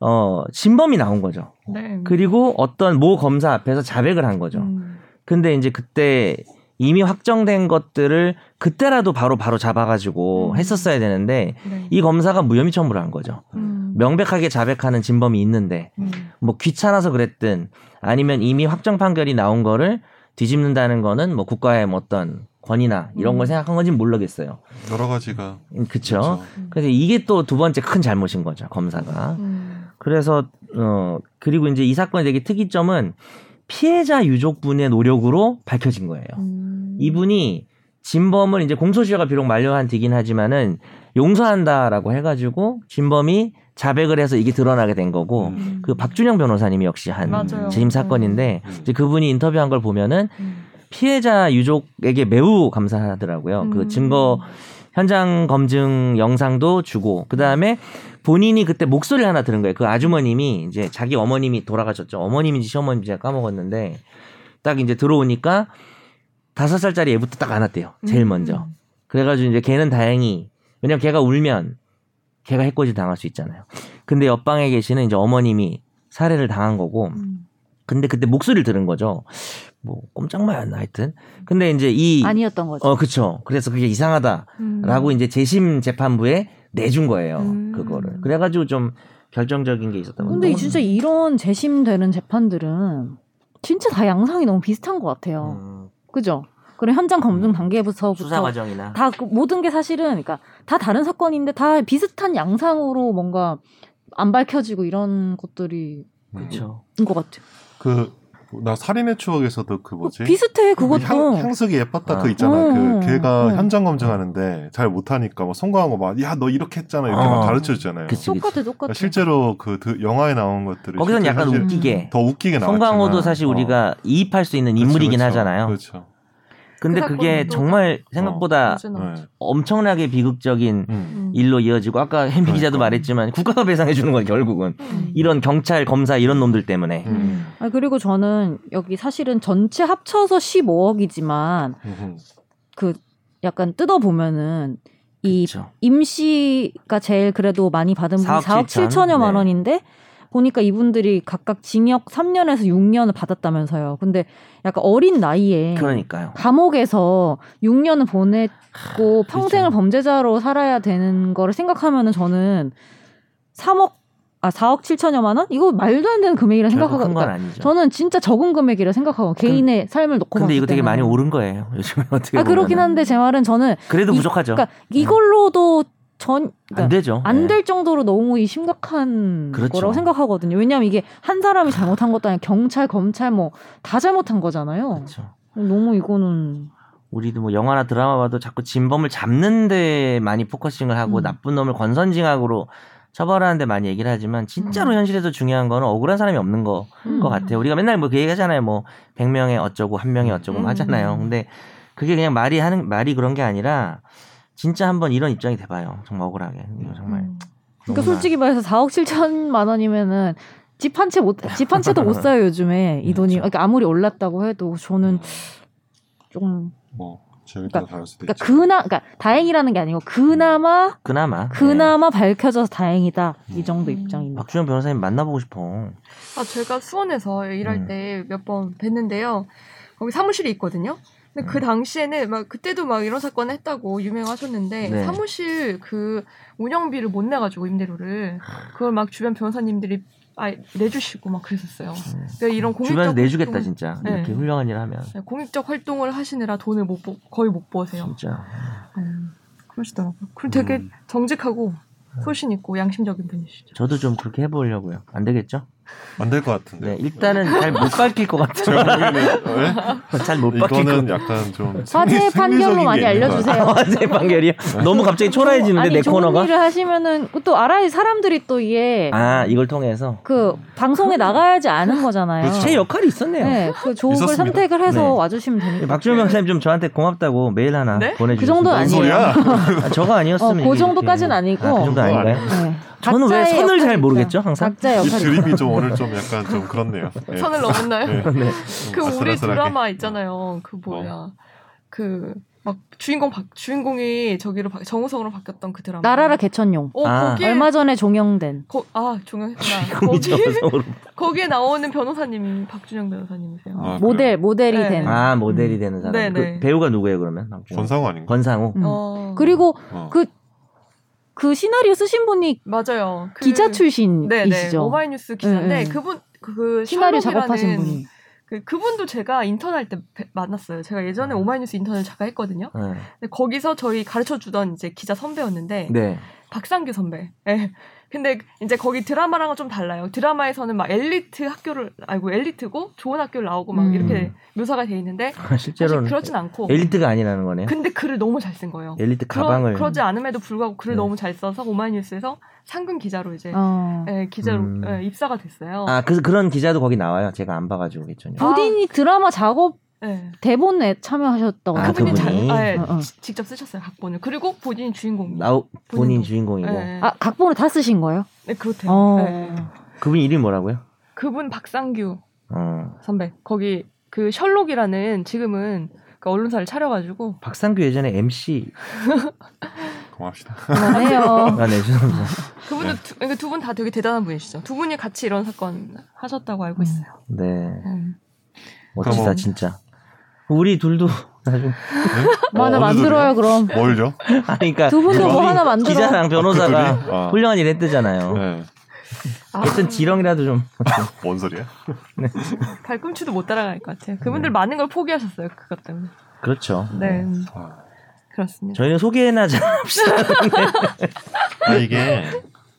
S4: 어 진범이 나온 거죠.
S1: 네.
S4: 그리고 어떤 모 검사 앞에서 자백을 한 거죠.
S1: 음.
S4: 근데 이제 그때 이미 확정된 것들을 그때라도 바로 바로 잡아가지고
S1: 음.
S4: 했었어야 되는데
S1: 네.
S4: 이 검사가 무혐의 처분을 한 거죠.
S1: 음.
S4: 명백하게 자백하는 진범이 있는데
S1: 음.
S4: 뭐 귀찮아서 그랬든 아니면 이미 확정 판결이 나온 거를 뒤집는다는 거는 뭐 국가의 뭐 어떤 권위나 이런
S1: 음.
S4: 걸 생각한 건지 모르겠어요.
S3: 여러 가지가
S4: 음, 그쵸?
S3: 그렇죠.
S4: 그래서 이게 또 두 번째 큰 잘못인 거죠 검사가.
S1: 음.
S4: 그래서 어 그리고 이제 이 사건의 되게 특이점은 피해자 유족분의 노력으로 밝혀진 거예요.
S1: 음.
S4: 이분이 진범을 이제 공소시효가 비록 만료한 뒤긴 하지만은 용서한다라고 해가지고 진범이 자백을 해서 이게 드러나게 된 거고
S3: 음.
S1: 음.
S4: 그 박준영 변호사님이 역시 한 음,
S1: 맞아요.
S4: 재임 사건인데
S3: 음.
S4: 이제 그분이 인터뷰한 걸 보면은
S1: 음.
S4: 피해자 유족에게 매우 감사하더라고요. 그
S1: 음.
S4: 증거 현장 검증 영상도 주고 그 다음에 본인이 그때 목소리 를 하나 들은 거예요. 그 아주머님이 이제 자기 어머님이 돌아가셨죠. 어머님인지 시어머님인지 제가 까먹었는데 딱 이제 들어오니까 다섯 살짜리 애부터 딱 안았대요. 제일
S1: 음.
S4: 먼저. 그래가지고 이제 걔는 다행히 왜냐면 걔가 울면 걔가 해코지 당할 수 있잖아요. 근데 옆방에 계시는 이제 어머님이 살해를 당한 거고
S1: 음.
S4: 근데 그때 목소리를 들은 거죠. 뭐 꼼짝마였나 하여튼. 근데 이제 이
S2: 아니었던 거죠.
S4: 어, 그쵸. 그래서 그게 이상하다.
S1: 음.
S4: 라고 이제 재심 재판부에 내준 거예요.
S1: 음.
S4: 그거를. 그래가지고 좀 결정적인 게 있었던
S2: 근데
S4: 거죠.
S2: 이 진짜 이런 재심되는 재판들은 진짜 다 양상이 너무 비슷한 것 같아요.
S4: 음,
S2: 그죠? 그리고 현장
S3: 음.
S2: 검증
S4: 수사
S2: 단계부터부터
S4: 과정이나
S2: 다그 모든 게 사실은 그러니까 다 다른 사건인데 다 비슷한 양상으로 뭔가 안 밝혀지고 이런 것들이
S4: 그렇죠.
S2: 인것 같아요.
S3: 음. 그나 살인의 추억에서도 그
S1: 어,
S3: 뭐지?
S2: 비슷해 그것도.
S3: 향, 향수기 예뻤다
S4: 아.
S3: 그 있잖아.
S2: 어.
S3: 그 걔가
S2: 어.
S3: 현장 검증하는데 잘 못하니까 막 송강하고 막 야 너 이렇게 했잖아 이렇게
S4: 어.
S3: 막 가르쳐 주잖아요.
S4: 그치.
S2: 똑같아 똑같아.
S3: 실제로 그 드- 영화에 나온 것들을
S4: 거기서는
S3: 실제
S4: 약간
S3: 사실 음.
S4: 웃기게.
S3: 더 웃기게 나왔지만
S4: 송강호도 사실
S3: 어.
S4: 우리가 이입할 수 있는
S3: 그렇죠,
S4: 인물이긴
S3: 그렇죠.
S4: 하잖아요.
S3: 그렇죠.
S4: 근데
S1: 그
S4: 그게
S1: 사건도
S4: 정말 생각보다
S1: 어제
S2: 그렇죠.
S3: 네.
S1: 나왔죠.
S4: 엄청나게 비극적인
S3: 음.
S1: 음.
S4: 일로 이어지고 아까 햄비 기자도
S3: 그러니까.
S4: 말했지만 국가가 배상해 주는 건 결국은
S1: 음.
S4: 이런 경찰 검사 이런 놈들 때문에
S3: 음.
S2: 아, 그리고 저는 여기 사실은 전체 합쳐서 15억이지만
S3: 음.
S2: 약간 뜯어 보면은 이 이
S4: 그렇죠.
S2: 임시가 제일 그래도 많이 받은 분이
S4: 4억
S2: 4억
S4: 7천?
S2: 7천여만
S4: 네.
S2: 원인데 보니까 이분들이 각각 징역 3년에서 6년을 받았다면서요. 근데 약간 어린 나이에
S4: 그러니까요.
S2: 감옥에서 6년을 보냈고
S4: 아,
S2: 평생을 범죄자로 살아야 되는 거를 생각하면은 저는 3억 아 4억 7천여만 원? 이거 말도 안 되는 금액이라
S4: 결국
S2: 생각하고
S4: 큰 건
S2: 그러니까
S4: 아니죠.
S2: 저는 진짜 적은 금액이라 생각하고 개인의 삶을 놓고
S4: 근데
S2: 봤을
S4: 이거 되게
S2: 때는.
S4: 많이 오른 거예요. 요즘은 어떻게
S2: 아
S4: 보면.
S2: 그렇긴 한데 제 말은 저는
S4: 그래도
S2: 이-
S4: 부족하죠. 네.
S2: 그러니까 이걸로도 전
S4: 안
S2: 그러니까
S4: 되죠.
S2: 안
S4: 네.
S2: 될 정도로 너무 이 심각한
S4: 그렇죠.
S2: 거라고 생각하거든요. 왜냐하면 이게 한 사람이 잘못한 것도 아니라 경찰, 검찰 뭐 다 잘못한 거잖아요.
S4: 그렇죠.
S2: 너무 이거는
S4: 우리도 뭐 영화나 드라마 봐도 자꾸 진범을 잡는데 많이 포커싱을 하고
S2: 음.
S4: 나쁜 놈을 권선징악으로 처벌하는데 많이 얘기를 하지만
S2: 음.
S4: 진짜로 현실에서 중요한 거는 억울한 사람이 없는 거.
S1: 음.
S4: 것 같아요. 우리가 맨날 뭐 그 얘기하잖아요. 뭐 100명에 어쩌고 한 명에 어쩌고 뭐
S1: 음.
S4: 하잖아요. 근데 그게 그냥 말이 하는 말이 그런 게 아니라 진짜 한번 이런 입장이 돼봐요. 정말 억울하게 이거 정말.
S1: 음.
S2: 그러니까
S4: 너무나-
S2: 솔직히 말해서 4억 7천만 원이면은 집 한 채 못 집 한 채도 못 사요 요즘에 이 돈이
S4: 그렇죠. 네.
S2: 그러니까 아무리 올랐다고 해도 저는 좀
S3: 뭐 저희 따라 다를 수도
S2: 그러니까
S3: 있죠.
S4: 그렇죠.
S2: 그나 그러니까 다행이라는 게 아니고
S4: 네.
S2: 그나마
S4: 그나마
S2: 그나마 밝혀져서 다행이다 이 정도
S1: 음.
S4: 네.
S2: 입장입니다.
S4: 박주영 변호사님 만나보고 싶어.
S1: 아, 제가 수원에서 일할
S4: 음.
S1: 때 몇 번 뵀는데요. 거기 사무실이 있거든요. 근데 그
S4: 음.
S1: 당시에는 막 그때도 막 이런 사건 했다고 유명하셨는데
S4: 네.
S1: 사무실 그 운영비를 못 내가지고 임대료를 그걸 막 주변 변호사님들이 아, 내주시고 막 그랬었어요. 그러니까 이런
S4: 음. 주변에서
S1: 공익적
S4: 내주겠다
S1: 활동-
S4: 진짜
S1: 네.
S4: 이렇게 훌륭한 일을 하면
S1: 네, 공익적 활동을 하시느라 돈을 못 버- 거의 못 버세요.
S4: 진짜.
S1: 음, 그러시더라고요. 그리고 되게
S4: 그렇죠. 음. 네.
S1: 정직하고 소신 있고 양심적인 분이시죠.
S4: 저도 좀 그렇게 해보려고요. 안 되겠죠?
S3: 안될 것
S4: 네,
S3: 같은데.
S4: 일단은 잘 못 밝힐 것 같아요.
S3: 제가 보기에는 네?
S4: 잘 못 밝힐 것
S3: 이거는 약간 좀
S2: 화재
S3: 생리- 생리적인
S2: 판결로
S3: 게
S2: 많이
S3: 있는 것
S2: 알려주세요.
S4: 같아요. 어제 판결이요.
S3: 네.
S4: 너무 갑자기 초라해지는데
S2: 아니,
S4: 내
S2: 좋은
S4: 코너가.
S2: 일을 하시면은 또 알아야 사람들이 또 이게
S4: 아 이걸 통해서
S2: 그
S1: 음.
S2: 방송에 나가야지 아는 거잖아요.
S3: 그렇죠.
S4: 제 역할이 있었네요.
S2: 어. 네, 그 좋은 걸
S3: 있었습니다.
S2: 선택을 해서
S4: 네.
S2: 와주시면 됩니다.
S4: 박주영 변호사님 좀 저한테 고맙다고 메일 하나
S1: 네?
S4: 보내주세요.
S2: 그 정도는
S3: 뭔
S2: 아니에요.
S3: 소리야?
S4: 아, 저거
S2: 어,
S4: 아니었으면.
S2: 그 정도까지는 아니고.
S4: 아, 그
S3: 뭐,
S4: 정도 아닌가요?
S2: 네.
S4: 저는 왜
S2: 각자의
S4: 선을 잘
S2: 역할이
S4: 모르겠죠,
S2: 있어요.
S4: 항상?
S2: 각자의
S3: 이
S2: 역할이
S3: 드립이 좀 오늘 좀 약간 좀 그렇네요. 예.
S1: 선을 넘었나요?
S3: 예.
S4: 네.
S3: 좀
S1: 그 우리
S3: 아슬아슬하게. 어.
S1: 드라마 있잖아요. 그 뭐야. 그 막 주인공 바, 주인공이 저기로 바, 정우성으로 바뀌었던 그 드라마.
S2: 나라라 개천용.
S1: 어,
S4: 아.
S1: 거기에
S2: 얼마 전에 종영된.
S1: 거, 아, 종영했구나.
S4: 지금이
S1: 거기
S4: 저성으로.
S1: 거기에 나오는 변호사님이 박준영 변호사님이세요.
S3: 아, 그래요?
S2: 모델 모델이
S1: 네.
S2: 된.
S4: 아 모델이 되는 사람.
S1: 네,
S4: 그
S1: 네.
S4: 배우가 누구예요 그러면?
S3: 권상우 아닌가?
S4: 권상우.
S2: 음.
S1: 어.
S2: 그리고
S3: 어.
S2: 그 시나리오 쓰신 분이
S1: 맞아요. 그-
S2: 기자
S1: 네, 네.
S2: 출신이시죠.
S1: 오마이뉴스 기자인데
S2: 네, 네.
S1: 그분 그 셜록이라는
S2: 시나리오 작업하신 분이.
S1: 그 그분도 제가 인턴할 때 뵈- 만났어요. 제가 예전에 오마이뉴스 인턴을 잠깐 했거든요.
S2: 음.
S4: 네.
S1: 근데 거기서 저희 가르쳐 주던 이제 기자 선배였는데
S4: 네.
S1: 박상규 선배. 예. 근데 이제 거기 드라마랑은 좀 달라요. 드라마에서는 막 엘리트 학교를 아니고 엘리트고 좋은 학교를 나오고 막
S2: 음.
S1: 이렇게 묘사가 돼 있는데 사실
S4: 실제로는
S1: 그렇진 않고
S4: 엘리트가 아니라는 거네요.
S2: 그-
S1: 근데 글을 너무 잘 쓴 거예요.
S4: 엘리트
S1: 그러,
S4: 가방을.
S1: 그러지 않음에도 불구하고 글을
S4: 네. 아.
S1: 너무 잘 써서 오마이뉴스에서 상근 기자로 이제
S2: 어.
S1: 예, 기자로
S4: 음.
S1: 예, 입사가 됐어요.
S4: 아, 그, 그런 기자도 거기 나와요. 제가 안 봐가지고 예전에.
S1: 아,
S2: 부디니 드라마 작업
S1: 예.
S2: 대본에 참여하셨다고.
S4: 아,
S1: 그분이,
S4: 그분이?
S1: 잘, 아, 예,
S2: 어, 어.
S1: 지- 직접 쓰셨어요 각본을. 그리고 본인이 주인공.
S4: 나오 본인
S1: 본인도.
S4: 주인공이고.
S1: 예,
S2: 아 각본을 다 쓰신 거예요?
S1: 네, 그렇대요.
S2: 어.
S1: 예.
S4: 그분 이름이 뭐라고요?
S1: 그분 박상규
S4: 어.
S1: 선배 거기 그 셜록이라는 지금은 그 언론사를 차려가지고
S4: 박상규 예전에 MC.
S3: 고맙시다.
S2: 그만해요.
S4: 아, 네, 죄송합니다.
S1: 그분도 두, 그러니까 두 분 다 되게 대단한 분이시죠. 두 분이 같이 이런 사건 하셨다고 알고 있어요.
S4: 네.
S1: 음.
S4: 멋지다,
S3: 그럼- 뭐.
S4: 진짜. 우리 둘도 나중에.
S2: 뭐 하나 만들어요 그럼.
S3: 뭘죠?
S4: 아니, 그러니까
S2: 두 분도 뭐
S4: 우리
S2: 하나 만들어.
S4: 기자랑
S3: 아,
S4: 변호사가
S3: 그 둘이? 아.
S4: 훌륭한 일 했대잖아요.
S3: 네.
S1: 아,
S4: 일단 지렁이라도 좀
S3: 뭔 소리야?
S1: 발꿈치도 못 따라갈 것 같아요.
S3: 음.
S1: 그분들 많은 걸 포기하셨어요. 그것 때문에.
S4: 그렇죠.
S1: 네, 음,
S3: 아,
S1: 그렇습니다.
S4: 저희는 소개나 잘 합시다.
S3: 아, 이게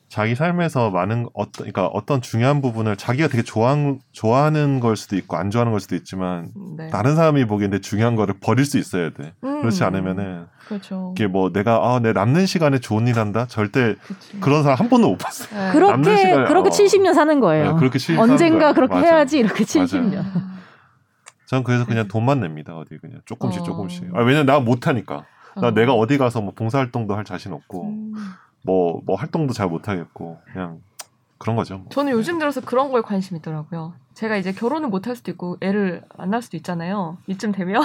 S3: 자기 삶에서 많은 어떤 그러니까 어떤 중요한 부분을 자기가 되게 좋아 좋아하는 걸 수도 있고 안 좋아하는 걸 수도 있지만
S1: 네.
S3: 다른 사람이 보기엔 내 중요한 거를 버릴 수 있어야 돼.
S1: 음,
S3: 아, 그렇지 않으면은
S1: 그렇죠.
S3: 이게 뭐 내가 아, 내 남는 시간에 좋은 일 한다. 절대
S1: 그치.
S3: 그런 사람 한 번도 못 봤어.
S1: 네.
S2: 그렇게
S3: 남는 시간에-
S2: 그렇게
S3: 어.
S2: 70년 사는 거예요.
S3: 네, 그렇게 실사한
S2: 언젠가
S3: 거야.
S2: 그렇게
S3: 맞아.
S2: 해야지 이렇게 70년.
S3: 맞아요. 전 그래서 그냥 돈만 냅니다. 어디 그냥 조금씩
S1: 어.
S3: 조금씩. 아, 왜냐면 나 못하니까. 나
S1: 어.
S3: 내가 어디 가서 뭐 봉사활동도 할 자신 없고
S1: 음.
S3: 뭐 뭐 활동도 잘 못하겠고 그냥 그런 거죠. 뭐.
S1: 저는 요즘 들어서 그런 거에 관심이 있더라고요. 제가 이제
S3: 음.
S1: 결혼을 못 할 수도 있고 애를 안 낳을 수도 있잖아요. 이쯤 되면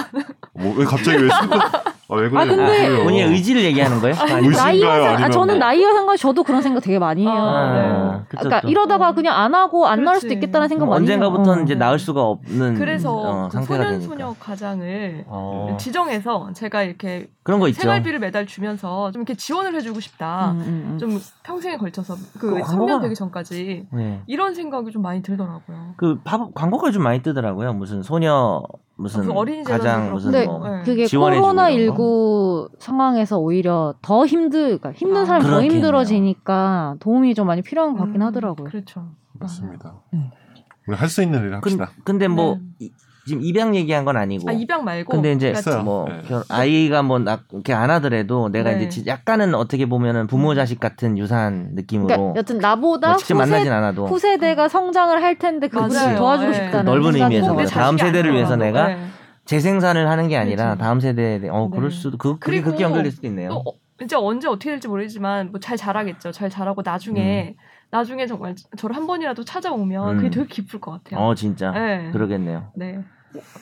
S3: 뭐, 왜 갑자기 왜 아, 왜 그래요?
S2: 아, 근데-
S3: 왜요?
S4: 본인의 의지를 얘기하는 거예요? 아니,
S3: 어. 의지- 의심가요?
S2: 나이와 상, 아,
S3: 아니면
S2: 저는
S3: 뭐-
S2: 나이와 상관 저도 그런 생각 되게 많이 해요.
S1: 아, 네.
S4: 아, 그쵸,
S2: 그러니까
S4: 또.
S2: 이러다가 그냥 안 하고 안 나올 수도
S1: 음. 그렇지.
S2: 있겠다는 생각 많이 해요.
S4: 언젠가부터는
S2: 어.
S4: 이제 나을 수가 없는
S1: 그래서
S3: 음.
S4: 어,
S1: 그
S4: 상태가 되니까.
S1: 소년소녀 과장을
S4: 어,
S1: 지정해서 제가 이렇게
S4: 그런 거 있죠.
S1: 생활비를 매달 주면서 좀 이렇게 지원을 해주고 싶다.
S2: 음, 음, 음.
S1: 좀 평생에 걸쳐서
S4: 그거
S1: 그
S4: 광고가-
S1: 성년 되기 전까지
S4: 네.
S1: 이런 생각이 좀 많이 들더라고요.
S4: 그 팝- 광고가 좀 많이 뜨더라고요. 무슨 소녀 무슨
S1: 무슨 어린이재단
S4: 가장
S1: 아, 그런
S4: 무슨
S2: 거.
S4: 뭐
S1: 네.
S2: 그게
S4: 지원해주고
S2: 코로나
S4: 이런
S2: 19 상황에서 오히려 더 힘들, 그러니까 힘든
S1: 아,
S2: 사람 더
S4: 그렇겠네요.
S2: 힘들어지니까 도움이 좀 많이 필요한 것 같긴
S1: 음,
S2: 하더라고요.
S1: 그렇죠.
S4: 뭐.
S3: 맞습니다.
S1: 음.
S2: 네.
S3: 우리 할 수 있는 일을
S4: 근,
S3: 합시다.
S4: 근데 뭐
S1: 네.
S4: 이- 지금 입양 얘기한 건 아니고.
S1: 아 입양 말고.
S4: 근데 이제
S1: 그러니까
S3: 있어요.
S4: 뭐
S3: 네.
S4: 결- 아이가 뭐 낳- 이렇게 안 하더라도 내가
S1: 네. 음.
S4: 이제 지- 약간은 어떻게 보면은 부모 자식 같은 유사한
S2: 그러니까
S4: 느낌으로
S2: 여튼 나보다
S4: 뭐 직접 만나진 않아도
S2: 후세, 대가 성장을 할 텐데 그분을
S1: 맞아요.
S2: 도와주고
S1: 네.
S2: 싶다는
S4: 그 넓은
S2: 생각도
S4: 의미에서
S1: 내
S4: 그래서 다음
S1: 자식이
S4: 세대를 위해서
S1: 아니더라도,
S4: 내가
S1: 네.
S4: 재생산을 하는 게 아니라
S1: 그렇죠.
S4: 다음 세대에 대해- 어
S1: 네.
S4: 그럴 수도 그 그게
S1: 그리고
S4: 그렇게 연결될 수도 있네요.
S1: 또 어, 진짜 언제 어떻게 될지 모르지만 뭐 잘 자라겠죠. 잘 자라고 나중에 나중에 정말 저를 한 번이라도 찾아오면
S4: 음.
S1: 그게 되게 기쁠 것 같아요.
S4: 어 진짜
S1: 네.
S4: 그러겠네요.
S1: 네.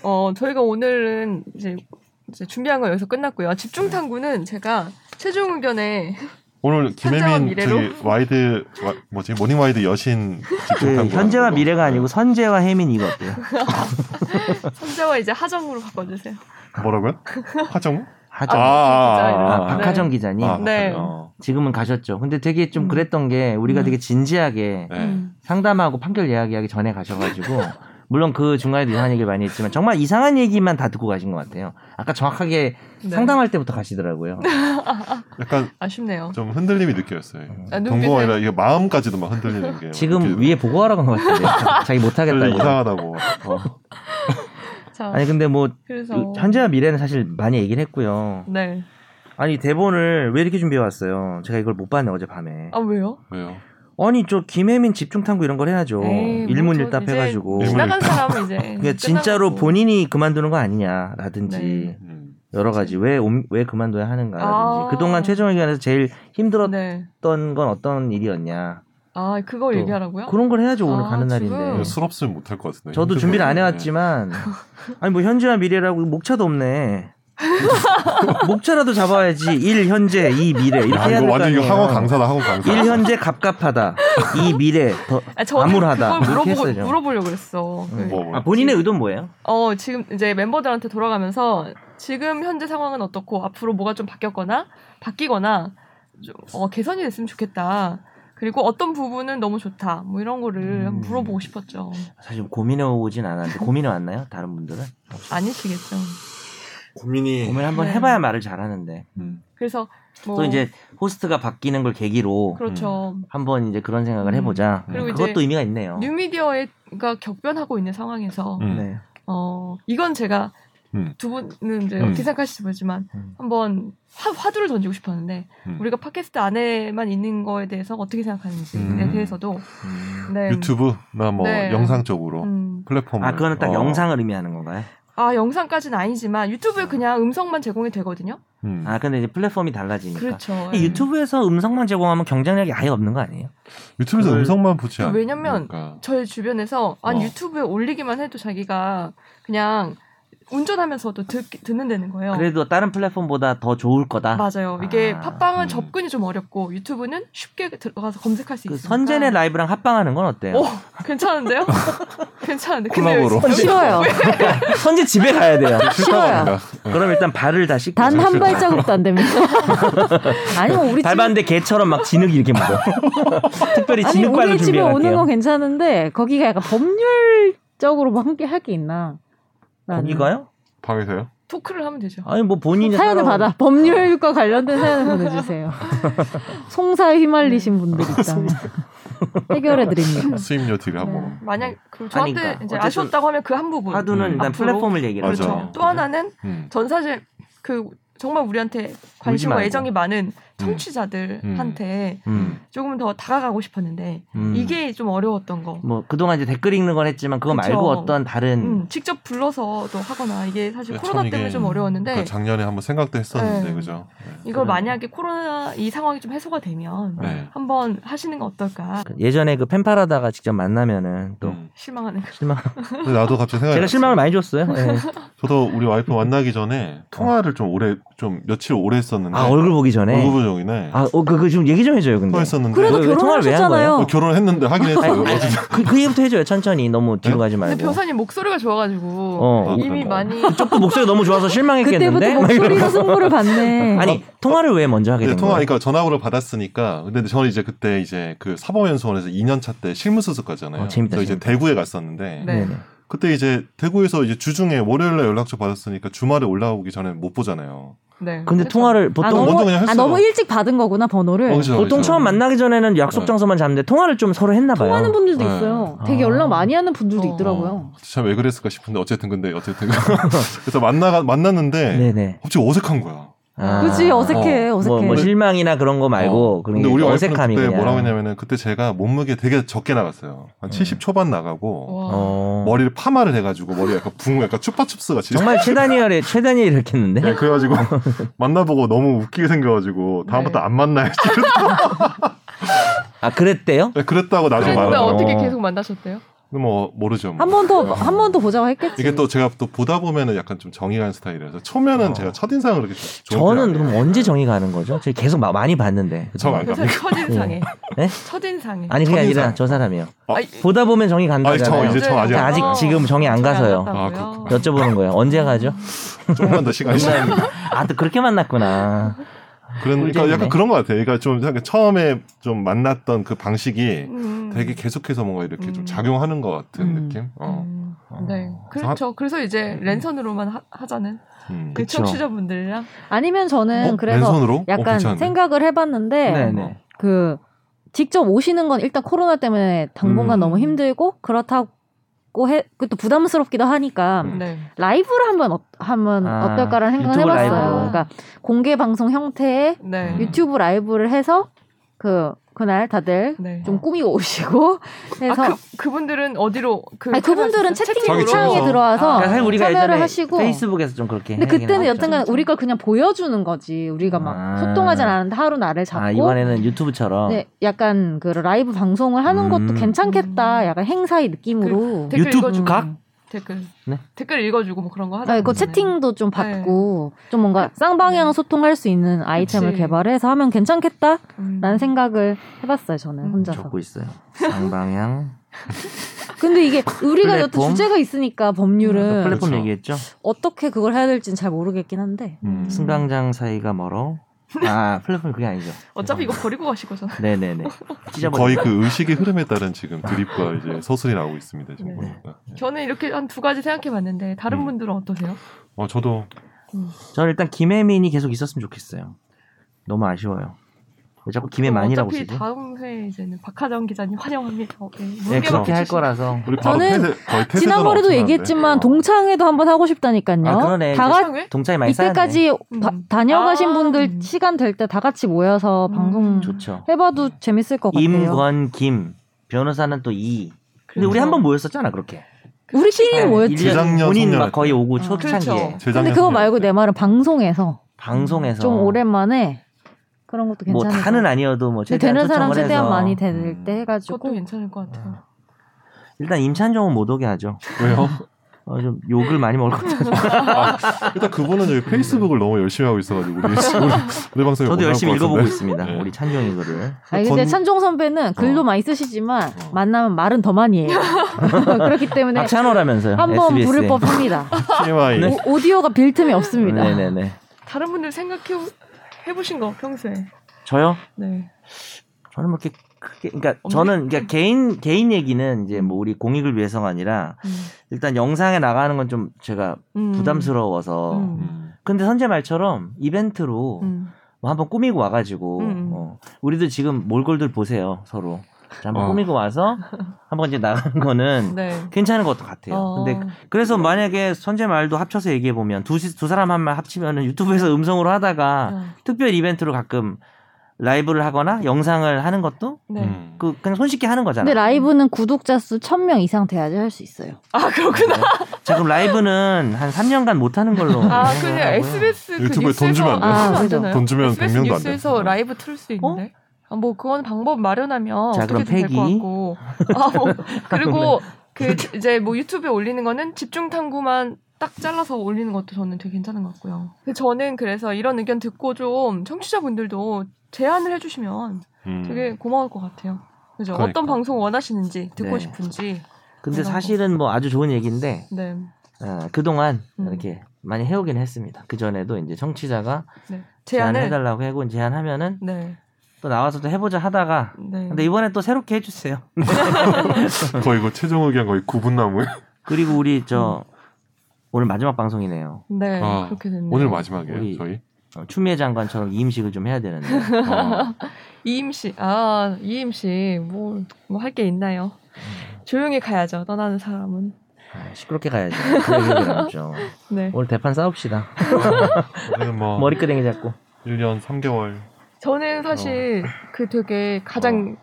S1: 어, 저희가 오늘은 이제, 이제 준비한 건 여기서 끝났고요. 집중 탐구는 제가 최종 의견에
S3: 오늘
S1: 현재와
S3: 김혜민
S1: 미래로?
S3: 저기 와이드 와, 뭐지 모닝 와이드 여신
S4: 그
S3: 직접 탐구
S4: 현재와
S3: 네.
S4: 미래가 아니고 선재와 혜민 이거 어때요?
S3: 아.
S1: 선재와 이제 하정으로 바꿔주세요.
S3: 네. 뭐라고요? 화정?
S4: 하정
S1: 아,
S4: 아,
S1: 아,
S4: 박하정 기자님
S3: 아,
S1: 네.
S3: 어.
S4: 지금은 가셨죠. 근데 되게 좀 그랬던 게 우리가
S1: 음.
S4: 되게 진지하게
S3: 네.
S4: 상담하고 판결 이야기하기 전에 가셔가지고 물론 그 중간에도 이상한 얘기를 많이 했지만 정말 이상한 얘기만 다 듣고 가신 것 같아요. 아까 정확하게
S1: 네.
S4: 상담할 때부터 가시더라고요.
S3: 약간
S1: 아쉽네요.
S3: 좀 흔들림이 느껴졌어요.
S1: 아,
S3: 동거가
S1: 눈빛에.
S3: 아니라 이게 마음까지도 막 흔들리는 게
S4: 음. 지금
S3: 이렇게
S4: 위에 보고하라고 한 것 같은데 자기
S1: 네,
S3: 흔들리-
S4: 못하겠다고.
S3: 이상하다고. 어.
S1: 자,
S4: 아니 근데 뭐
S1: 그래서
S4: 현재와 미래는 사실 많이 얘기를 했고요.
S1: 네.
S4: 아니 대본을 왜 이렇게 준비해 왔어요? 제가 이걸 못 봤네 어젯밤에.
S1: 아 왜요?
S3: 왜요?
S4: 아니 저 김혜민 집중탐구 이런 걸 해야죠.
S1: 어. 에이, 뭐
S4: 일문일답
S1: 저 이제
S4: 해가지고.
S3: 일문-
S1: 지나간 사람은 이제
S4: 네. 그러니까 진짜로
S1: 끝나고.
S4: 본인이 그만두는 거 아니냐라든지
S1: 네.
S3: 음.
S4: 여러 가지 왜 왜 그만둬야 하는가라든지
S1: 아.
S4: 그동안 최종 의견에서 제일 힘들었던
S1: 네.
S4: 건 어떤 일이었냐
S1: 아 그걸
S4: 또
S1: 얘기하라고요?
S4: 그런 걸 해야죠 오늘
S1: 아,
S4: 가는
S1: 지금?
S4: 날인데
S3: 술 없으면 못할 것 같은데. 네.
S4: 저도
S3: 힘들
S4: 준비를
S3: 것
S4: 안
S3: 같은데.
S4: 해왔지만 아니 뭐 현재와 미래라고 목차도 없네 목차라도 잡아야지 일 현재 이 미래 이렇게
S3: 야,
S4: 해야
S3: 아, 이거
S4: 될거
S3: 완전 이거 학원
S4: 아니에요
S3: 강사다 학원 강사.
S4: 일 현재 갑갑하다 이 미래 더
S1: 아, 저는
S4: 암울하다.
S1: 그걸
S4: 이렇게
S1: 물어보고
S4: 했어요.
S1: 물어보려고 그랬어.
S4: 음.
S1: 그-
S3: 뭐, 뭐.
S4: 아, 본인의 의도는 뭐예요?
S1: 어, 지금 이제 멤버들한테 돌아가면서 지금 현재 상황은 어떻고 앞으로 뭐가 좀 바뀌었거나 바뀌거나 좀, 어, 개선이 됐으면 좋겠다. 그리고 어떤 부분은 너무 좋다. 뭐 이런 거를
S4: 음.
S1: 물어보고 싶었죠.
S4: 사실 고민해 오진 않았는데 고민해 왔나요? 다른 분들은
S1: 아니시겠죠.
S3: 고민이.
S4: 고민 한번
S1: 네.
S4: 해봐야 말을 잘하는데
S3: 음.
S1: 그래서 뭐
S4: 또 이제 음. 호스트가 바뀌는 걸 계기로
S1: 그렇죠.
S4: 한번 이제 그런 생각을
S1: 음.
S4: 해보자. 네,
S3: 그리고
S4: 그것도
S1: 이제
S4: 의미가 있네요.
S1: 뉴미디어가 격변하고 있는 상황에서
S3: 음.
S4: 네.
S1: 어, 이건 제가
S3: 음.
S1: 두 분은 이제
S3: 음.
S1: 어떻게 생각하실지 모르지만
S4: 음.
S1: 한번 화, 화두를 던지고 싶었는데
S3: 음.
S1: 우리가 팟캐스트 안에만 있는 거에 대해서 어떻게 생각하는지에
S3: 음.
S1: 대해서도 네.
S3: 유튜브나 뭐
S1: 네.
S3: 영상 쪽으로 어.
S1: 음.
S3: 플랫폼.
S4: 아 그거는 딱 영상을 의미하는 건가요?
S1: 아 영상까지는 아니지만 유튜브에 그냥 음성만 제공이 되거든요.
S3: 음.
S4: 아 근데 이제 플랫폼이 달라지니까.
S1: 그렇죠.
S4: 근데 그러니까. 유튜브에서 음성만 제공하면 경쟁력이 아예 없는 거 아니에요?
S3: 유튜브에서
S4: 그걸-
S3: 음성만 보지 않.
S1: 왜냐면
S3: 그러니까.
S1: 저희 주변에서 아니
S3: 어.
S1: 유튜브에 올리기만 해도 자기가 그냥 운전하면서도 듣, 듣는다는 거예요.
S4: 그래도 다른 플랫폼보다 더 좋을 거다.
S1: 어. 맞아요. 이게
S4: 아,
S1: 팟빵은
S3: 음.
S1: 접근이 좀 어렵고 유튜브는 쉽게 들어가서 검색할 수
S4: 그
S1: 있어요.
S4: 선재네 라이브랑 합방하는 건 어때요?
S1: 오 괜찮은데요? 괜찮은데. 근데
S3: 콜라보로.
S1: 여기-
S2: 싫어요.
S4: 선재 집에 가야 돼요.
S2: 싫어요.
S4: 그럼 일단 발을 다 씻고.
S2: 단 한 발자국도 안 됩니다. 아니면 우리 집에
S4: 밟았는데 개처럼 막 진흙 이렇게 묻어. 특별히
S2: 아니
S4: 진흙발로
S2: 우리 집에 오는 건
S4: 준비할게요.
S2: 괜찮은데 거기가 약간 법률적으로 뭐 함께 할 게 있나? 라는.
S4: 거기가요?
S3: 방에서요?
S1: 토크를 하면 되죠.
S4: 아니 뭐 본인이
S2: 사연을
S4: 살아온-
S2: 받아 법률과 관련된 사연을 보내주세요. 송사에 휘말리신 분들 있다면 해결해 드립니다.
S3: 아, 수임료 딜하고.
S2: 음. 네.
S1: 만약 그 저한테
S4: 뭐. 아니, 그러니까
S1: 이제
S4: 어쨌든
S1: 아쉬웠다고 하면 그 한 부분.
S4: 화두는
S3: 음.
S4: 일단
S1: 앞으로.
S4: 플랫폼을 얘기를
S3: 맞아.
S4: 하죠.
S1: 그렇죠. 또 하나는
S3: 음.
S1: 전 사실 그 정말 우리한테
S4: 울지
S1: 관심과
S4: 말고.
S1: 애정이 많은 청취자들한테
S4: 음.
S1: 조금 더 다가가고 싶었는데
S4: 음.
S1: 이게 좀 어려웠던 거.
S4: 뭐 그동안 이제 댓글 읽는 건 했지만 그거
S1: 그쵸.
S4: 말고 어떤 다른
S1: 음, 직접 불러서도 하거나 이게 사실
S3: 네,
S4: 그렇죠.
S1: 코로나
S3: 참 이게
S1: 때문에 좀 어려웠는데
S3: 그 작년에 한번 생각도 했었는데
S1: 네.
S3: 그죠? 네.
S1: 이걸
S4: 그런-
S1: 만약에 코로나 이 상황이 좀 해소가 되면
S3: 네.
S1: 한번 하시는 거 어떨까
S4: 그 예전에 그 팬팔하다가 직접 만나면은 또
S3: 음.
S1: 실망하는 거.
S4: 실망
S3: 근데 나도 갑자기
S4: 제가
S3: 생각이 났어요.
S4: 실망을 많이 줬어요. 예.
S3: 저도 우리 와이프 만나기 전에 통화를 좀 오래 좀 며칠 오래 했었는데
S4: 어. 아 얼굴 보기 전에.
S3: 얼굴부정이네.
S4: 아, 어, 그, 그, 좀 얘기 좀 해줘요, 근데.
S3: 했었는데
S2: 그래도
S4: 왜- 왜 통화를 왜한 뭐
S2: 결혼하셨잖아요.
S3: 어, 결혼을 했는데 하긴 했어요.
S4: 아니, 아니, 그, 그 얘기부터 해줘요, 천천히. 너무 뒤로
S3: 네?
S4: 가지
S1: 근데 뭐.
S4: 말고.
S1: 변호사님 목소리가 좋아가지고
S4: 뭐 어.
S1: 이미
S3: 그런가요?
S1: 많이
S4: 조금 목소리가 너무 좋아서 실망했겠는데?
S2: 그때부터
S4: 막 이러고.
S2: 목소리로 뭐. 승부를 받네.
S4: 아니, 통화를 왜 먼저 하게
S3: 네,
S4: 된
S3: 통화,
S4: 거예요?
S3: 그러니까 전화번호를 받았으니까. 근데 저는 이제 그때 이제 그 사법연수원에서 2년차 때 실무수습 가잖아요.
S4: 어, 재밌다,
S3: 그래서
S4: 재밌다.
S3: 이제 대구에 갔었는데.
S1: 네.
S4: 네네.
S3: 그때 이제 대구에서 이제 주중에 월요일날 연락처 받았으니까 주말에 올라오기 전에 못 보잖아요.
S1: 네.
S4: 근데
S1: 그래서-
S4: 통화를
S2: 아,
S4: 보통
S3: 먼저
S2: 너무,
S3: 그냥
S2: 아,
S3: 했어요.
S2: 너무 일찍 받은 거구나, 번호를.
S3: 어, 그죠,
S4: 보통
S3: 그죠.
S4: 처음 만나기 전에는 약속
S3: 네.
S4: 장소만 잡는데 통화를 좀 서로 했나 봐요.
S2: 통화하는 뭐 분들도
S3: 네.
S2: 있어요.
S4: 아.
S2: 되게 연락 많이 하는 분들도
S1: 어.
S2: 있더라고요.
S3: 참 왜 그랬을까 싶은데 어쨌든 근데 어쨌든 그래서 만나 만났는데
S4: 네네.
S3: 갑자기 어색한 거야.
S4: 아.
S2: 그치, 어색해,
S4: 뭐,
S2: 어색해.
S4: 뭐 실망이나 그런 거 말고 그런
S3: 어.
S4: 게
S3: 근데 우리 와이프는
S4: 어색함이
S3: 그때
S4: 그냥. 음.
S3: 뭐라고 했냐면은 그때 제가 몸무게 되게 적게 나갔어요. 한 70 초반 나가고
S1: 와.
S4: 어.
S3: 머리를 파마를 해가지고 머리 약간 붕 약간 츄파춥스 같이
S4: 정말 최다니엘의 최다니엘 이렇게 했는데.
S3: 네, 그래가지고 만나보고 너무 웃기게 생겨가지고 다음부터
S1: 네.
S3: 안 만나야지
S4: 아
S3: 네.
S4: 그랬대요?
S3: 그랬다고 나중에
S1: 그랬는데
S3: 말하고
S1: 어떻게
S4: 어.
S1: 계속 만나셨대요?
S3: 뭐 모르죠 뭐.
S2: 한 번 더, 한 번 더 보자고 했겠지.
S3: 이게 또 제가 또 보다 보면은 약간 좀 정의가 는 스타일이라서 초면은
S4: 어.
S3: 제가 첫인상으로 이렇게 좋- 좋은
S4: 저는 네.
S3: 편이에요.
S4: 그럼 언제 정이 가는 거죠? 제가 계속 막 많이 봤는데.
S3: 저는 안
S1: 첫,
S3: 갑니다.
S1: 첫인상에.
S4: 네?
S1: 첫인상에.
S4: 그러니까. 아니 그게 아니라
S3: 첫인상.
S4: 저 사람이요.
S3: 아,
S1: 아니,
S4: 보다 보면 정이
S3: 아니, 저
S4: 간다잖아요.
S3: 이제 저 아직
S4: 그러니까 아직
S1: 어,
S4: 지금 정이 안 가서요.
S1: 갔다고요?
S3: 아, 그렇구나.
S4: 여쭤보는 거예요. 언제 가죠?
S3: 조금만 더 시간이 지나면
S4: 아, 또 그렇게 만났구나.
S3: 그런 그러니까
S4: 꿀잼이네.
S3: 약간 그런 것 같아요. 그러니까 좀 약간 처음에 좀 만났던 그 방식이
S1: 음.
S3: 되게 계속해서 뭔가 이렇게
S1: 음.
S3: 좀 작용하는 것 같은
S2: 음.
S3: 느낌. 어.
S1: 음,
S4: 어. 음.
S1: 네, 그렇죠. 그래서 이제 랜선으로만 하, 하자는
S3: 음.
S1: 그
S4: 그쵸.
S1: 청취자분들이랑
S2: 아니면 저는
S3: 어?
S2: 그래서
S3: 왼손으로? 어,
S2: 약간
S3: 괜찮은데?
S2: 생각을 해봤는데,
S4: 네네.
S2: 그, 직접 오시는 건 일단 코로나 때문에 당분간
S3: 음.
S2: 너무 힘들고, 그렇다고 해, 그것도 부담스럽기도 하니까,
S3: 음.
S1: 네,
S2: 라이브를 한번, 어, 한번
S4: 아,
S2: 어떨까라는 생각을
S4: 유튜브
S2: 해봤어요.
S1: 라이브로.
S2: 그러니까 공개 방송 형태의
S1: 네,
S3: 음.
S2: 유튜브 라이브를 해서, 그, 그날 다들
S1: 네.
S2: 좀 꾸미고 오시고
S1: 아,
S2: 해서
S1: 그 그분들은 어디로 그
S2: 아니,
S1: 참여하셨어요?
S2: 그분들은
S3: 자기
S2: 채팅창에
S3: 친구가-
S2: 들어와서
S1: 아,
S4: 그러니까 사실 우리가
S2: 참여를
S4: 예전에
S2: 하시고
S4: 페이스북에서 좀 그렇게.
S2: 근데
S4: 하긴
S2: 그때는
S4: 하죠.
S2: 여튼간 우리가 그냥 보여주는 거지 우리가 막
S4: 아.
S2: 소통하진 않았는데 하루 나를 잡고
S4: 아 이번에는 유튜브처럼.
S2: 네, 약간 그 라이브 방송을 하는 것도
S4: 음.
S2: 괜찮겠다
S1: 음.
S2: 약간 행사의 느낌으로
S1: 댓글
S4: 유튜브
S1: 읽어주고 음.
S4: 각?
S1: 댓글
S4: 네.
S1: 댓글 읽어주고 뭐 그런 거 하잖아요.
S2: 아, 그 채팅도 좀 받고 좀 뭔가
S1: 네.
S2: 쌍방향 소통할 수 있는 아이템을
S1: 그치.
S2: 개발해서 하면 괜찮겠다라는
S1: 음.
S2: 생각을 해봤어요 저는
S1: 음.
S2: 혼자서
S4: 적고 있어요. 상방향.
S2: 근데 이게 우리가 여튼
S4: 플랫폼?
S2: 주제가 있으니까
S4: 아까
S2: 법률은
S4: 플랫폼
S3: 그렇죠.
S4: 얘기했죠.
S2: 어떻게 그걸 해야 될지는 잘 모르겠긴 한데
S3: 음.
S4: 승강장 사이가 멀어. 아 플랫폼 그게 아니죠.
S1: 어차피 이거 버리고 가실 거잖아요.
S4: 네네네. 찢어버려.
S3: 거의 그 의식의 흐름에 따른 지금 드립과 이제 서술이 나오고 있습니다. 지금
S1: 네.
S3: 보니까. 네.
S1: 저는 이렇게 한 두 가지 생각해봤는데 다른
S3: 음.
S1: 분들은 어떠세요?
S3: 어, 저도
S4: 저는 일단 김혜민이 계속 있었으면 좋겠어요. 너무 아쉬워요. 왜 자꾸 김혜만이라고
S1: 어차피
S4: 쓰지?
S1: 다음 회에 이제는 박하정 기자님 환영합니다. 오케이.
S4: 네,
S1: 물개만
S4: 그렇게 할
S1: 붙이시면-
S4: 거라서.
S3: 우리 바로
S2: 저는
S3: 태세, 거의 태세전
S2: 지난번에도
S3: 없었는데.
S2: 얘기했지만
S3: 어.
S2: 동창회도 한번 하고 싶다니까요.
S4: 아, 그러네.
S2: 다 같이
S1: 세상에?
S4: 동창이 많이 쌓였네.
S2: 이때까지 다,
S1: 음.
S2: 다녀가신
S1: 아,
S2: 분들
S1: 음.
S2: 시간 될 때 다 같이 모여서
S1: 음.
S2: 방송
S4: 좋죠.
S2: 해봐도 재밌을 것 같아요.
S4: 임권 김 변호사는 또 이. 근데 우리
S1: 그래서-
S4: 한 번 모였었잖아 그렇게. 네,
S2: 우리끼리는 모였지.
S4: 일 년-
S3: 재작년,
S4: 본인 막
S3: 성년회
S4: 거의
S3: 때.
S4: 오고
S1: 어,
S4: 초창기에
S1: 그렇죠.
S3: 재작년
S2: 네. 근데 그거
S3: 성년
S2: 말고
S3: 때.
S2: 내 말은 방송에서
S4: 방송에서
S2: 좀 오랜만에 그런 것도
S4: 뭐
S2: 괜찮을 것
S4: 다는
S2: 같아요.
S4: 아니어도 뭐
S2: 근데
S4: 최대한
S2: 되는 사람
S4: 초청을
S2: 최대한
S4: 해서.
S2: 많이 될
S4: 음.
S2: 때
S1: 그것도
S2: 해가지고
S1: 괜찮을 것 같아요.
S4: 일단 임찬종은 못 오게 하죠.
S3: 왜요?
S4: 어, 좀 욕을 많이 먹을 것 같아서.
S3: 일단 그분은 저희 페이스북을 너무 열심히 하고 있어가지고 우리 우리, 우리 방송에 못
S4: 저도
S3: 나올
S4: 열심히
S3: 것
S4: 읽어보고
S3: 같은데.
S4: 있습니다.
S3: 네.
S4: 우리 찬종 이거를.
S2: 아니 근데
S3: 건-
S2: 찬종 선배는 글도 많이 쓰시지만
S3: 어.
S2: 만나면 말은 더 많이 해요. 그렇기 때문에
S4: 박찬호라면서요.
S2: 한번
S4: SBS 에.
S2: 부를 법합니다.
S3: TMI
S4: 네.
S2: 오, 디오가 빌틈이 없습니다.
S4: 네네네.
S1: 다른 분들 생각해 해보신 거 평소에.
S4: 저요?
S1: 네.
S4: 저는 뭐 이렇게 크게 그러니까
S1: 없네.
S4: 저는 그러니까 개인 개인 얘기는 이제 뭐 우리 공익을 위해서가 아니라
S1: 음.
S4: 일단 영상에 나가는 건 좀 제가
S1: 음.
S4: 부담스러워서
S1: 음.
S3: 음.
S4: 근데 선제 말처럼 이벤트로
S1: 음.
S4: 뭐 한번 꾸미고 와가지고
S1: 음.
S4: 어, 우리도 지금 몰골들 보세요 서로 한번
S3: 어.
S4: 꾸미고 와서 한번 이제 나가는 거는
S1: 네.
S4: 괜찮은 것 같아요.
S1: 어.
S4: 근데 그래서 만약에 선제 말도 합쳐서 얘기해 보면 두, 시- 두 사람 한 말 합치면은 유튜브에서 음성으로 하다가
S1: 아,
S4: 특별 이벤트로 가끔 라이브를 하거나 영상을 하는 것도
S1: 네.
S3: 음.
S4: 그 그냥 손쉽게 하는 거잖아.
S2: 근데
S4: 요
S2: 라이브는 구독자 수 1000명 이상 돼야지 할 수 있어요.
S1: 아 그렇구나.
S4: 지금 네. 라이브는 한 3년간 못 하는 걸로. 네.
S1: 아
S4: 생각을
S1: 그냥
S4: 하고요.
S1: SBS 그
S3: 유튜브에 돈 주면 안
S2: 돼요? 아, 그죠.
S1: 되나요?
S3: 돈 주면
S1: SBS
S3: 100명도 안 돼. 어?
S1: 뉴스에서 라이브 틀 수 있는데. 아, 뭐 그건 방법 마련하면
S4: 자, 그럼
S1: 어떻게 될것
S4: 폐기.
S1: 같고. 아, 뭐, 그리고 그 이제 뭐 유튜브에 올리는 거는 집중 탐구만 딱 잘라서 올리는 것도 저는 되게 괜찮은 것 같고요. 근데 저는 그래서 이런 의견 듣고 좀 청취자분들도 제안을 해주시면
S3: 음.
S1: 되게 고마울 것 같아요. 그죠?
S3: 그러니까.
S1: 어떤 방송 원하시는지 듣고
S4: 네.
S1: 싶은지
S4: 근데
S1: 그런 거.
S4: 사실은 뭐 아주 좋은 얘기인데
S1: 네,
S4: 어, 그동안
S1: 음.
S4: 이렇게 많이 해오긴 했습니다. 그 전에도 이제 청취자가
S1: 네.
S4: 제안을
S1: 제안을
S4: 해달라고 하고 제안하면은
S1: 네,
S4: 또 나와서 또 해보자 하다가
S1: 네.
S4: 근데 이번에 또 새롭게 해주세요.
S3: 거의 이거 최종 의견 거의
S4: 네.
S3: 구분나무에
S4: 그리고 우리 저
S1: 음.
S4: 오늘 마지막 방송이네요.
S1: 네,
S3: 아,
S1: 그렇게 됐네요.
S3: 오늘 마지막이에요
S4: 우리-
S3: 저희
S4: 어, 추미애 장관처럼 이임식을 좀 해야 되는데
S3: 어.
S1: 이임 씨, 아 이임 씨뭐뭐 할 게 있나요? 조용히 가야죠. 떠나는 사람은.
S4: 아, 시끄럽게 가야지. 그런 얘기가 나오죠.
S1: 네.
S4: 오늘 대판 싸웁시다.
S3: 오늘 뭐
S4: 머리끄댕이 잡고.
S3: 1년 3개월
S1: 저는
S3: 어.
S1: 사실 그 되게 가장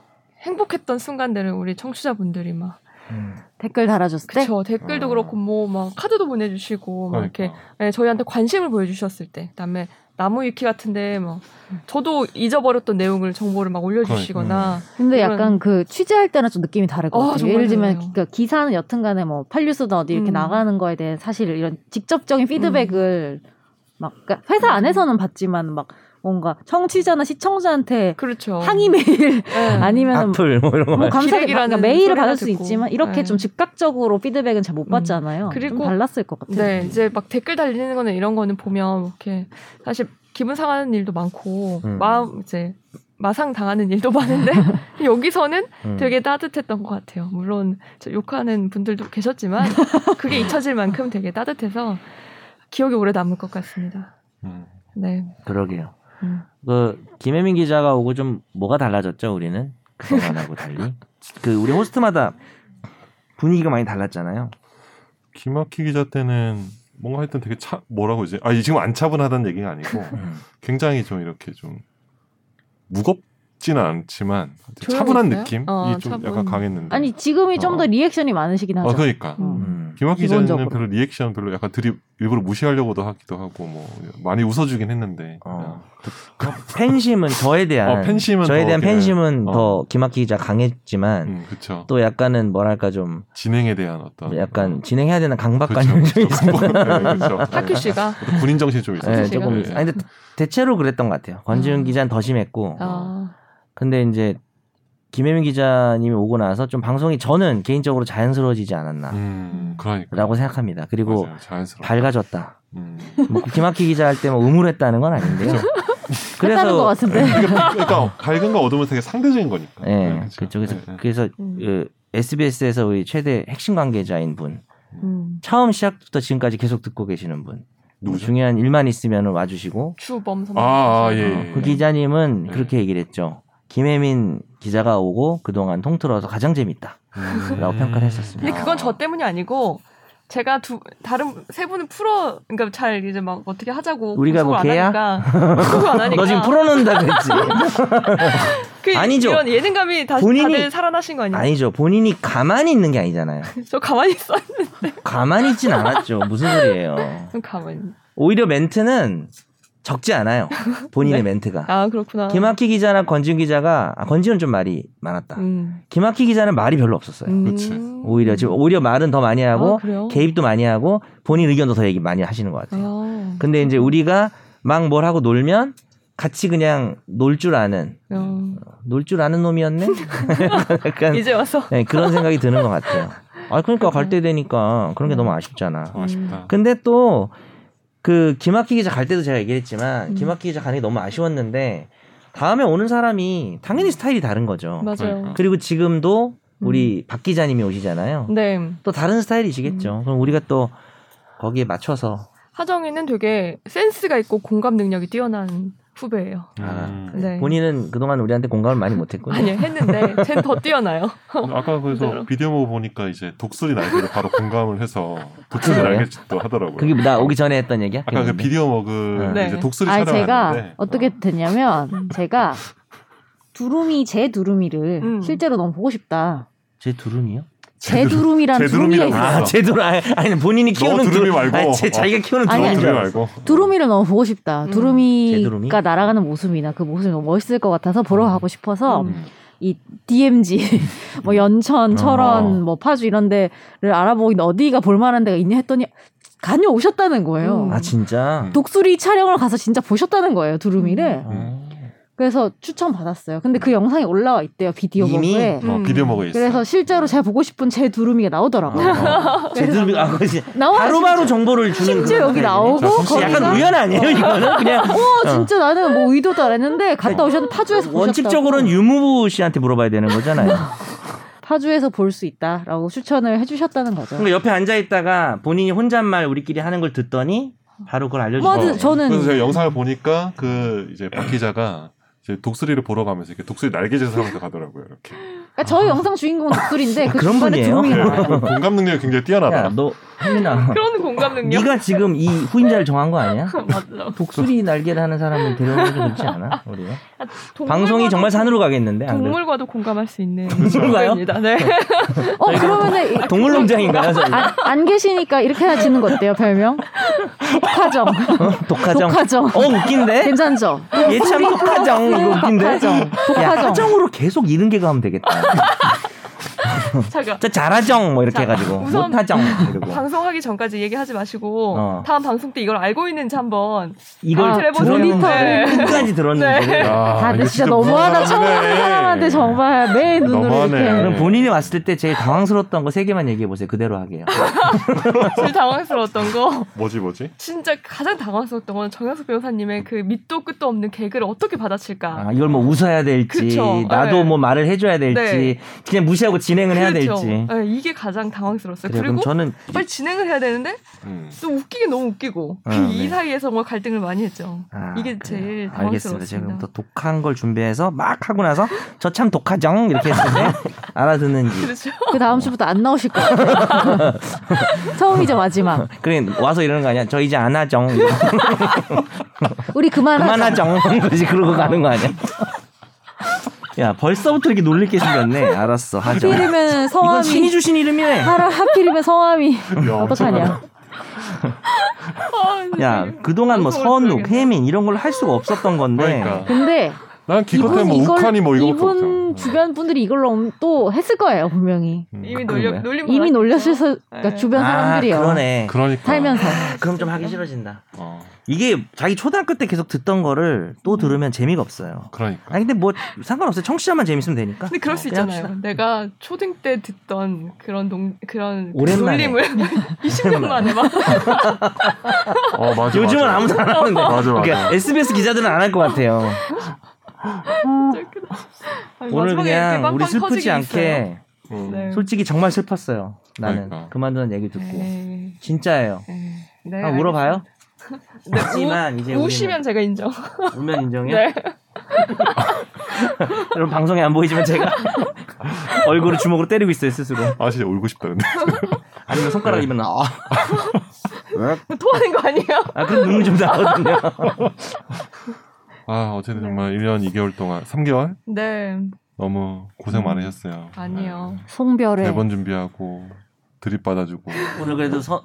S1: 행복했던 순간들을 우리 청취자분들이 막
S4: 음.
S2: 댓글 달아줬을 때
S1: 그쵸 댓글도
S4: 어.
S1: 그렇고 뭐 막 카드도 보내주시고
S2: 어, 뭐
S1: 막 이렇게
S3: 그러니까.
S1: 예, 저희한테 관심을 보여주셨을 때 그다음에 나무 위키 같은데 뭐 저도 잊어버렸던 내용을 정보를 막 올려주시거나
S4: 그러니까. 음.
S2: 근데
S1: 이건-
S2: 약간 그 취재할 때랑 좀 느낌이 다를 것
S1: 어,
S2: 같아요.
S1: 정말
S2: 예를 들면
S1: 다르네요.
S2: 그 기사는 여튼간에 뭐 판뉴스든 어디 이렇게
S1: 음.
S2: 나가는 거에 대해 사실 이런 직접적인 피드백을
S1: 음.
S2: 막 그러니까 회사 안에서는 받지만 막 뭔가 청취자나 시청자한테
S1: 그렇죠
S2: 항의 메일
S1: 예.
S2: 아니면
S4: 악플 뭐 이런 거.
S2: 뭐 감사하게
S1: 기레기라는
S2: 그러니까 메일을
S1: 소리가
S2: 받을 수
S1: 듣고.
S2: 있지만 이렇게
S1: 네.
S2: 좀 즉각적으로 피드백은 잘 못
S1: 음.
S2: 받잖아요.
S1: 그리고-
S2: 좀 달랐을 것 같아요.
S1: 네 이제 막 댓글 달리는 거는 이런 거는 보면 이렇게 사실 기분 상하는 일도 많고
S4: 음.
S1: 마음 이제 마상 당하는 일도 많은데 여기서는
S4: 음.
S1: 되게 따뜻했던 것 같아요. 물론 저 욕하는 분들도 계셨지만 그게 잊혀질 만큼 되게 따뜻해서 기억에 오래 남을 것 같습니다.
S3: 음.
S1: 네.
S4: 그러게요.
S1: 음.
S4: 그 김혜민 기자가 오고 좀 뭐가 달라졌죠 우리는 그동안하고 달리. 그 우리 호스트마다 분위기가 많이 달랐잖아요.
S3: 김학희 기자 때는 뭔가 하여튼 되게 차 뭐라고 이제 아 지금 안 차분하다는 얘기가 아니고 굉장히 좀 이렇게 좀 무겁지는 않지만 차분한
S1: 조용했어요?
S3: 느낌이
S1: 어,
S3: 좀
S1: 차분.
S3: 약간 강했는데
S2: 아니 지금이 좀 더
S4: 어.
S2: 리액션이 많으시긴 하죠.
S3: 어 그러니까
S1: 음.
S4: 음.
S3: 김학희
S2: 기본적으로.
S3: 기자는 별로 리액션 별로 약간 드립 일부러 무시하려고도 하기도 하고 뭐 많이 웃어주긴 했는데
S4: 어.
S3: 그냥
S4: 팬심은 저에 대한
S3: 어, 팬심은
S4: 저에
S3: 더
S4: 대한
S3: 그냥,
S4: 팬심은
S3: 어.
S4: 더 김학기 기자 강했지만
S3: 음, 그쵸
S4: 또 약간은 뭐랄까 좀
S3: 진행에 대한 어떤
S4: 약간 진행해야 되는
S3: 그렇죠
S4: 강박관념이 좀 있어요.
S1: 학규 씨가
S3: 네, 군인 정신 이좀 있었어요
S4: 네,
S1: 제가.
S4: 조금
S3: 예.
S4: 있어요. 아니 근데 대체로 그랬던 것 같아요. 권지훈
S1: 음.
S4: 기자는 더 심했고
S1: 아,
S4: 근데 이제 김혜민 기자님이 오고 나서 좀 방송이 저는 개인적으로 자연스러워지지 않았나라고
S3: 음 그러니까
S4: 생각합니다. 그리고
S3: 맞아요. 자연스러워
S4: 밝아졌다.
S3: 음.
S4: 뭐 김학기 기자 할 때 뭐 음울했다는 건 아닌데요.
S3: 그렇죠.
S2: 했다는 것
S4: 그래서
S2: 같은데.
S3: 그러니까 밝은 거 어둠은 되게 상대적인 거니까
S4: 예,
S3: 네, 그쵸.
S4: 그쪽에서
S3: 예, 예.
S4: 그래서
S1: 음.
S4: 그 SBS에서 우리 최대 핵심 관계자인 분
S1: 음.
S4: 처음 시작부터 지금까지 계속 듣고 계시는 분
S3: 누구죠?
S4: 중요한 일만 있으면 와주시고
S1: 주범 선배.
S3: 아, 아, 예,
S4: 어,
S1: 네.
S3: 예.
S4: 그 기자님은
S3: 예.
S4: 그렇게 얘기를 했죠. 김혜민 기자가 오고 그동안 통틀어서 가장 재밌다.
S3: 네, 음.
S4: 라고 평가를 했었습니다.
S1: 근데 그건 저 때문이 아니고 제가 두 다른 세 분은 풀어 그러니까 잘 이제 막 어떻게 하자고
S4: 우리가 뭐
S1: 공석을 안 하니까 공석을 안 하니까
S4: 너 지금 풀어놓는다 그랬지?
S1: 그
S4: 아니죠.
S1: 이런 예능감이 다,
S4: 본인이-
S1: 다들 살아나신 거 아니에요?
S4: 아니죠. 본인이 가만히 있는 게 아니잖아요.
S1: 저 가만히 있어.
S4: 가만히 있진 않았죠. 무슨 소리예요.
S1: 가만히.
S4: 오히려 멘트는 적지 않아요. 본인의 멘트가.
S1: 아 그렇구나.
S4: 김학희 기자나 권지훈 기자가 아, 권지훈 좀 말이 많았다.
S1: 음.
S4: 김학희 기자는 말이 별로 없었어요.
S1: 음.
S3: 그치.
S4: 오히려 지금 오히려 말은 더 많이
S1: 아,
S4: 하고
S1: 그래요?
S4: 개입도 많이 하고 본인 의견도 더 얘기 많이 하시는 것 같아요.
S1: 아,
S4: 근데 이제 우리가 막 뭘 하고 놀면 같이 그냥 놀 줄 아는
S1: 어.
S4: 놀 줄 아는 놈이었네. 약간
S1: 이제
S3: 어,
S1: 와서
S4: 네, 그런 생각이 드는 것 같아요. 아 그러니까 갈 때 되니까 그런 게 너무 아쉽잖아.
S3: 아, 아쉽다.
S4: 근데 또 그 김학기 기자 갈 때도 제가 얘기했지만
S1: 음.
S4: 김학기 기자 가는 게 너무 아쉬웠는데 다음에 오는 사람이 당연히 스타일이 다른 거죠.
S3: 그러니까.
S1: 맞아요. 음.
S4: 그리고 지금도 우리 박 기자님이 오시잖아요.
S1: 네. 음.
S4: 또 다른 스타일이시겠죠. 그럼 우리가 또 거기에 맞춰서
S1: 하정이는 되게 센스가 있고 공감 능력이 뛰어난 후배예요.
S4: 아,
S3: 음.
S1: 네.
S4: 본인은 그동안 우리한테 공감을 많이 못했군요.
S1: 아니 했는데 쟨 더 뛰어나요.
S3: 아까 그래서
S1: 그대로.
S3: 비디오 모브 보니까 이제 독수리 날개를 바로 공감을 해서
S2: 아,
S3: 독수리
S4: 그래요?
S3: 날개짓도 하더라고요.
S4: 그게 뭐, 나 오기 전에 했던 얘기야?
S3: 아까 그
S4: 그랬는데.
S3: 비디오 머그
S1: 네.
S3: 이제 독수리
S2: 아 제가
S3: 촬영하는데 네.
S2: 어떻게 됐냐면 제가 두루미 제 두루미를
S1: 음.
S2: 실제로 너무 보고 싶다.
S4: 제 두루미요?
S2: 제 두루미라는
S3: 제
S2: 두루미가
S3: 두루미라고
S2: 있어요.
S3: 그래서.
S4: 아, 제 두루 아니, 아니 본인이
S3: 너
S4: 키우는
S3: 두루미
S4: 두루-
S3: 말고. 어.
S4: 아니, 제 자기가 키우는
S2: 아니,
S4: 두루미인
S3: 두루미
S4: 줄 알았어.
S3: 말고
S2: 두루미를 너무 보고 싶다.
S1: 음.
S4: 제
S2: 두루미가
S4: 두루미?
S2: 날아가는 모습이나 그 모습이 너무 멋있을 것 같아서 보러 가고 싶어서
S1: 음.
S3: 음.
S2: 이 DMZ, 뭐 연천,
S4: 어.
S2: 철원, 뭐 파주 이런 데를 알아보긴 어디가 볼만한 데가 있냐 했더니 다녀오셨다는 거예요.
S1: 음.
S4: 아 진짜.
S3: 음.
S2: 독수리 촬영을 가서 진짜 보셨다는 거예요, 두루미를.
S4: 음.
S2: 그래서 추천 받았어요. 근데 그 영상이 올라와 있대요, 비디오
S4: 이미?
S2: 버그에.
S3: 어,
S1: 음.
S3: 비디오 먹어 있어.
S2: 그래서 실제로 제가 보고 싶은 제 두루미가 나오더라고요.
S4: 어. 제대로 아 그지.
S2: 나와
S4: 바로바로 정보를 주는
S2: 어, 심지어
S4: 그런
S2: 여기
S4: 스타일이네.
S2: 나오고
S3: 자, 혹시
S4: 혹시
S2: 거기서
S4: 약간 우연 아니에요 이거는 그냥
S2: 어, 진짜 나는 뭐 의도도 안 했는데 갔다 오셨는데 파주에서
S4: 네. 원칙적으로는
S2: 보셨다고.
S4: 유무부 씨한테 물어봐야 되는 거잖아요.
S2: 파주에서 볼 수 있다라고 추천을 해주셨다는 거죠.
S4: 그러니까 옆에 앉아 있다가 본인이 혼잣말 우리끼리 하는 걸 듣더니 바로 그걸 알려주고.
S2: 맞아, 어. 저는
S3: 어. 그래서 제가 영상을 보니까 그 이제 박 기자가 이제 독수리를 보러 가면서 이렇게 독수리 날개짓을 하면서 가더라고요. 이렇게
S2: 그러니까 저희 영상 주인공은 독수리인데 그
S4: 아, 그런
S2: 중간에
S4: 분이에요?
S2: 두루미가
S3: 네,
S2: 나와요.
S3: 그 공감 능력이 굉장히 뛰어나다.
S4: 야너 혜민아.
S1: 그런 공감 능력.
S4: 네가 지금 이 후임자를 정한 거 아니야?
S1: 맞아.
S4: 독수리 날개를 하는 사람을 데려오는 게 좋지 않아? 우리가
S1: 동물과도-
S4: 방송이 정말 산으로 가겠는데 안 그래도?
S1: 동물과도 공감할 수 있는
S4: 동물과요?
S1: 입니다 네.
S2: 어, 그러면은 이-
S4: 동물농장인가요? 저희?
S2: 안, 안 계시니까 이렇게 하시는 거 어때요, 별명? 독화정.
S4: 독화정.
S2: 독화정.
S4: 어 웃긴데?
S2: 괜찮죠?
S4: 얘 참 독화정 이거 웃긴데?
S2: 독화정.
S4: 야
S2: 독화정.
S4: 화정으로 계속 이런 게 가면 되겠다.
S1: 잠깐.
S4: 저 잘하정 뭐 이렇게
S1: 자,
S4: 해가지고
S1: 우선
S4: 못하정 뭐 그리고
S1: 방송하기 전까지 얘기하지 마시고
S4: 어.
S1: 다음 방송 때 이걸 알고 있는지 한번
S4: 이걸
S2: 아,
S4: 들었는데
S1: 모니터를.
S4: 끝까지 들었는데
S3: 야,
S2: 다들
S3: 이게
S2: 진짜
S3: 무슨
S2: 너무하다. 처음 하는
S3: 사람이네.
S2: 사람한테 정말 매 눈으로
S3: 너무하네.
S2: 이렇게.
S4: 그럼 본인이 왔을 때 제일 당황스러웠던 거 세 개만 얘기해 보세요. 그대로 하게요.
S1: 제일 당황스러웠던 거
S3: 뭐지 뭐지?
S1: 진짜 가장 당황스러웠던 건 정영석 변호사님의 그 밑도 끝도 없는 개그를 어떻게 받아칠까
S4: 아, 이걸 뭐 웃어야 될지
S1: 그쵸.
S4: 나도
S1: 네.
S4: 뭐 말을 해줘야 될지
S1: 네.
S4: 그냥 무시하고 진행을 해야 될지.
S1: 네, 이게 가장 당황스러웠어요.
S4: 그래, 그럼
S1: 그리고
S4: 저는
S1: 빨리 진행을 해야 되는데
S3: 음.
S1: 또 웃기긴 너무 웃기고
S4: 아,
S1: 그 이
S4: 네.
S1: 사이에서 정말 갈등을 많이 했죠.
S4: 아,
S1: 이게
S4: 그래요.
S1: 제일
S4: 알겠습니다. 제가
S1: 당황스러웠습니다.
S4: 또 독한 걸 준비해서 막 하고 나서 저 참 독하정 이렇게 했는데 알아듣는지.
S1: 그렇죠.
S2: 그 다음 주부터 안 나오실 거예요. 처음이자 마지막.
S4: 그래 와서 이러는 거 아니야? 저 이제 안 하정. 이러고
S2: 우리 그만하자.
S4: 그만하정. 그러지 그러고 가는 거 아니야? 야 벌써부터 이렇게 놀릴 게 생겼네. 알았어 하정.
S2: 하필이면
S4: 이건 신이
S2: 성함이.
S4: 주신 이름이네.
S2: 하라 하필이면 성함이.
S3: 야,
S2: 어떡하냐.
S1: 아,
S4: 야 그동안 뭐
S1: 방송을
S4: 선욱,
S1: 아, 들어야겠네.
S4: 혜민 이런 걸 할 수가 없었던 건데.
S3: 그러니까
S2: 근데
S3: 난 기껏해 뭐 우칸이 뭐 이거밖에
S2: 이분
S3: 없잖아.
S2: 주변 분들이 이걸로 엄- 또 했을 거예요 분명히
S1: 이미
S4: 음, 그런
S1: 놀려
S4: 거야?
S1: 놀림
S2: 이미
S1: 받았죠.
S2: 놀렸을 서 그러니까
S1: 네.
S2: 주변 사람들이요
S4: 아, 그러네. 아,
S3: 그러니까
S2: 살면서
S4: 그럼 좀 하기 싫어진다.
S3: 어,
S4: 이게 자기 초등학교 때 계속 듣던 거를
S1: 음.
S4: 또 들으면 재미가 없어요.
S3: 그러니까.
S4: 아니 근데 뭐 상관없어요. 청취자만 재미있으면 되니까.
S1: 근데 그럴 수
S4: 그냥
S1: 있잖아요.
S4: 합시다.
S1: 내가 초등 때 듣던 그런 농 그런 그
S4: 오랜만에.
S1: 놀림을 20년 만에 막
S3: 어 맞아.
S4: 요즘은
S3: 맞아.
S4: 아무도 안 하는데.
S3: 맞아, 맞아.
S4: 그러니까 SBS 기자들은 안 할 것 같아요.
S1: 아니,
S4: 오늘
S1: 마지막에 이렇게
S4: 그냥 우리
S1: 빵빵
S4: 슬프지
S1: 터지게 있어요.
S4: 않게
S3: 음.
S1: 네.
S4: 솔직히 정말 슬펐어요. 나는
S3: 그러니까.
S4: 그만두는 얘기 듣고
S1: 네.
S4: 진짜예요.
S1: 네. 네,
S4: 아, 물어봐요.
S1: 알겠습니다.
S4: 하지만 이제
S1: 네, 우, 우시면
S4: 우리는
S1: 제가 인정.
S4: 울면 인정해.
S1: 네.
S4: 여러분 방송에 안 보이지만 제가 얼굴을 주먹으로 때리고 있어요 스스로.
S3: 아 진짜 울고 싶다 근데.
S4: 아니면 손가락이면 아.
S1: 네. 토하는 거 아니에요?
S4: 아 그럼 눈물 좀 나거든요.
S3: 아 어쨌든 정말 1년 2개월 동안 3개월
S1: 네.
S3: 너무 고생 많으셨어요.
S1: 아니요.
S3: 네.
S2: 송별회
S3: 매번 준비하고 드립 받아주고
S4: 오늘 그래도 서,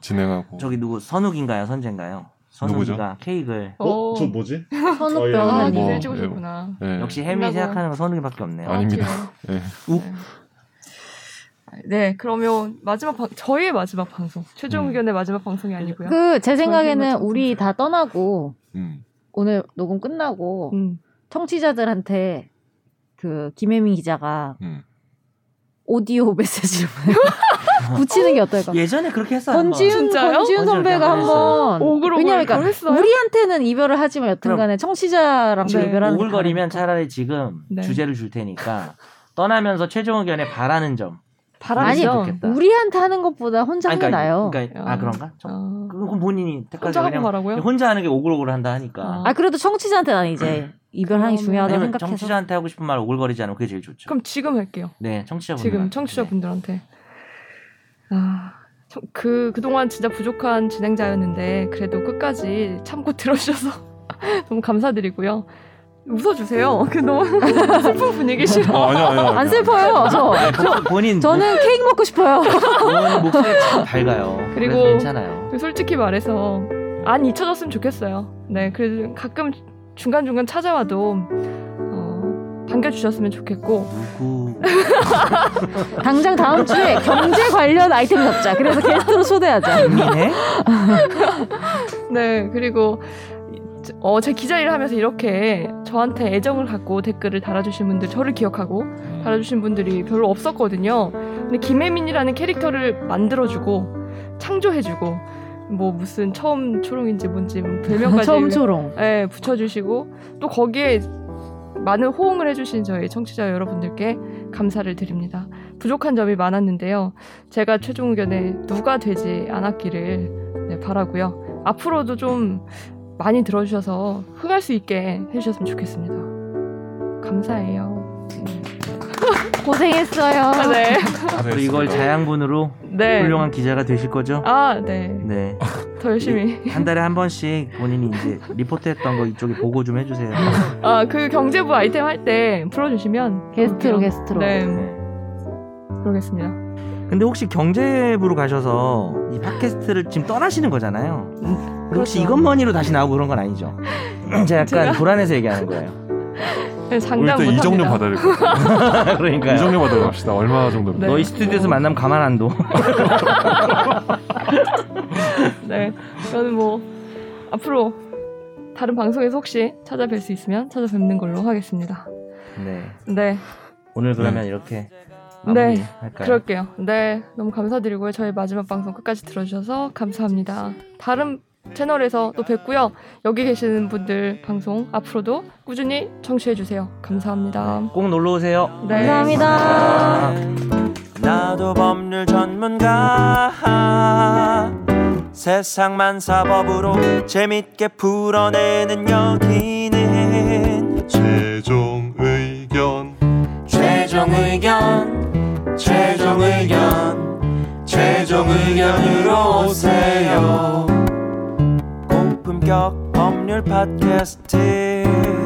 S3: 진행하고.
S4: 저기 누구 선욱인가요 선재인가요? 선욱이가 케이크를
S1: 오.
S3: 어? 뭐지?
S2: 선욱
S1: 어, 아,
S3: 어,
S2: 변호사님
S3: 뭐.
S1: 니들 찍으셨구나.
S3: 네.
S4: 역시 혜민이
S1: 끝나고.
S4: 생각하는 건 선욱이밖에 없네요.
S1: 아니.
S3: 아닙니다.
S1: 아,
S3: 예.
S4: 욱.
S1: 네, 그러면 마지막 방, 저희의 마지막 방송, 최종
S3: 음.
S1: 의견의 마지막 방송이 아니고요.
S2: 그 제 생각에는
S1: 저희는 뭐 좀
S2: 우리 다 떠나고
S3: 음.
S2: 오늘 녹음 끝나고
S1: 음.
S2: 청취자들한테 그 김혜민 기자가
S3: 음.
S2: 오디오 메시지를 보내- 붙이는 게 어떨까?
S4: 예전에 그렇게 했어요. 한번.
S2: 권지윤
S1: 진짜요?
S2: 권지윤 선배가
S4: 음.
S2: 한번
S1: 오글오글
S2: 왜냐면 그러니까
S1: 그랬어요?
S2: 우리한테는 이별을 하지만 여튼간에 청취자랑 또
S1: 네.
S2: 이별하는 게
S4: 오글거리면
S2: 다르니까.
S4: 차라리 지금
S1: 네.
S4: 주제를 줄 테니까 떠나면서 최종 의견에 바라는 점.
S2: 아니요.
S1: 바람이죠.
S4: 좋겠다.
S2: 우리한테 하는 것보다 혼자 하는 게 나요.
S4: 그러니까, 아 그런가? 저,
S1: 어.
S4: 그건 본인이 택하세요.
S1: 혼자 하고
S4: 왜냐면
S1: 말하고요.
S4: 혼자 하는 게 오글오글 한다 하니까.
S1: 아,
S2: 아 그래도 청취자한테 난 이제 이별하는 게
S1: 그러면-
S2: 중요하다고
S4: 음. 아니면
S2: 생각해서
S4: 청취자한테 하고 싶은 말 오글거리지 않으면 그게 제일 좋죠.
S1: 그럼 지금 할게요.
S4: 네, 청취자분들.
S1: 지금 청취자분들한테 아, 저- 그 그동안 진짜 부족한 진행자였는데 그래도 끝까지 참고 들어주셔서 너무 감사드리고요. 웃어주세요. 그 너무 슬픈 분위기 싫어.
S3: 아, 아니야, 아니야, 아니야.
S2: 안 슬퍼요. 저
S4: 네, 본- 본인
S2: 저는 케이크 먹고 싶어요.
S4: 본 목소리 참 밝아요.
S1: 그리고-
S4: 그래서 괜찮아요.
S1: 솔직히 말해서 안 잊혀졌으면 좋겠어요. 네, 그래도 가끔 중간 중간 찾아와도 어, 반겨주셨으면 좋겠고
S4: 누구
S2: 당장 다음 주에 경제 관련 아이템 잡자. 그래서 게스트로 초대하자.
S4: 민해?
S1: 네 그리고 어, 제 기자 일을 하면서 이렇게 저한테 애정을 갖고 댓글을 달아주신 분들 저를 기억하고
S3: 음.
S1: 달아주신 분들이 별로 없었거든요. 근데 김혜민이라는 캐릭터를 만들어주고 창조해주고 뭐 무슨 처음 초롱인지 뭔지 뭐 별명까지
S2: 처음 초롱.
S1: 예, 붙여주시고 또 거기에 많은 호응을 해주신 저희 청취자 여러분들께 감사를 드립니다. 부족한 점이 많았는데요. 제가 최종 의견에 누가 되지 않았기를 네, 바라고요. 앞으로도 좀 많이 들어주셔서 흥할 수 있게 해주셨으면 좋겠습니다. 감사해요. 네.
S2: 고생했어요.
S1: 아, 네.
S4: 앞으로 이걸 자양분으로
S1: 네.
S4: 훌륭한 기자가 되실 거죠?
S1: 아, 네.
S4: 네.
S1: 더 열심히.
S4: 한 달에 한 번씩 본인이 이제 리포트했던 거 이쪽에 보고 좀 해주세요.
S1: 아, 그 경제부 아이템 할 때 풀어주시면.
S2: 게스트로
S1: 볼게요.
S2: 게스트로.
S1: 네,
S4: 네.
S1: 그러겠습니다. 네,
S4: 근데 혹시 경제부로 가셔서 이 팟캐스트를 지금 떠나시는 거잖아요. 근데 혹시
S1: 그렇죠.
S4: 이것만이로 다시 나오고 그런 건 아니죠? 제가 약간
S1: 제가-
S4: 불안해서 얘기하는 거예요.
S1: 네, 장담
S3: 일단
S1: 못합니다.
S3: 이정료 받아야 될것 같아요.
S4: 그러니까요.
S3: 이정료 받아갑시다. 얼마 정도입니까?
S1: 네.
S4: 너희 스튜디오에서 만나면 가만 안 둬.
S1: 네, 저는 뭐 앞으로 다른 방송에서 혹시 찾아뵐 수 있으면 찾아뵙는 걸로 하겠습니다.
S4: 네.
S1: 네,
S4: 오늘 그러면 이렇게 마무리
S1: 네.
S4: 할까요?
S1: 그럴게요. 네, 너무 감사드리고요. 저희 마지막 방송 끝까지 들어주셔서 감사합니다. 다른 채널에서 또 뵙고요. 여기 계시는 분들 방송 앞으로도 꾸준히 청취해주세요. 감사합니다.
S4: 꼭 놀러 오세요.
S1: 네.
S2: 감사합니다.
S5: 나도 법률 전문가 세상만 사법으로 재밌게 풀어내는 여기는
S3: 최종 의견.
S5: 최종 의견 최종 의견 최종 의견으로 오세요 고품격 법률 팟캐스트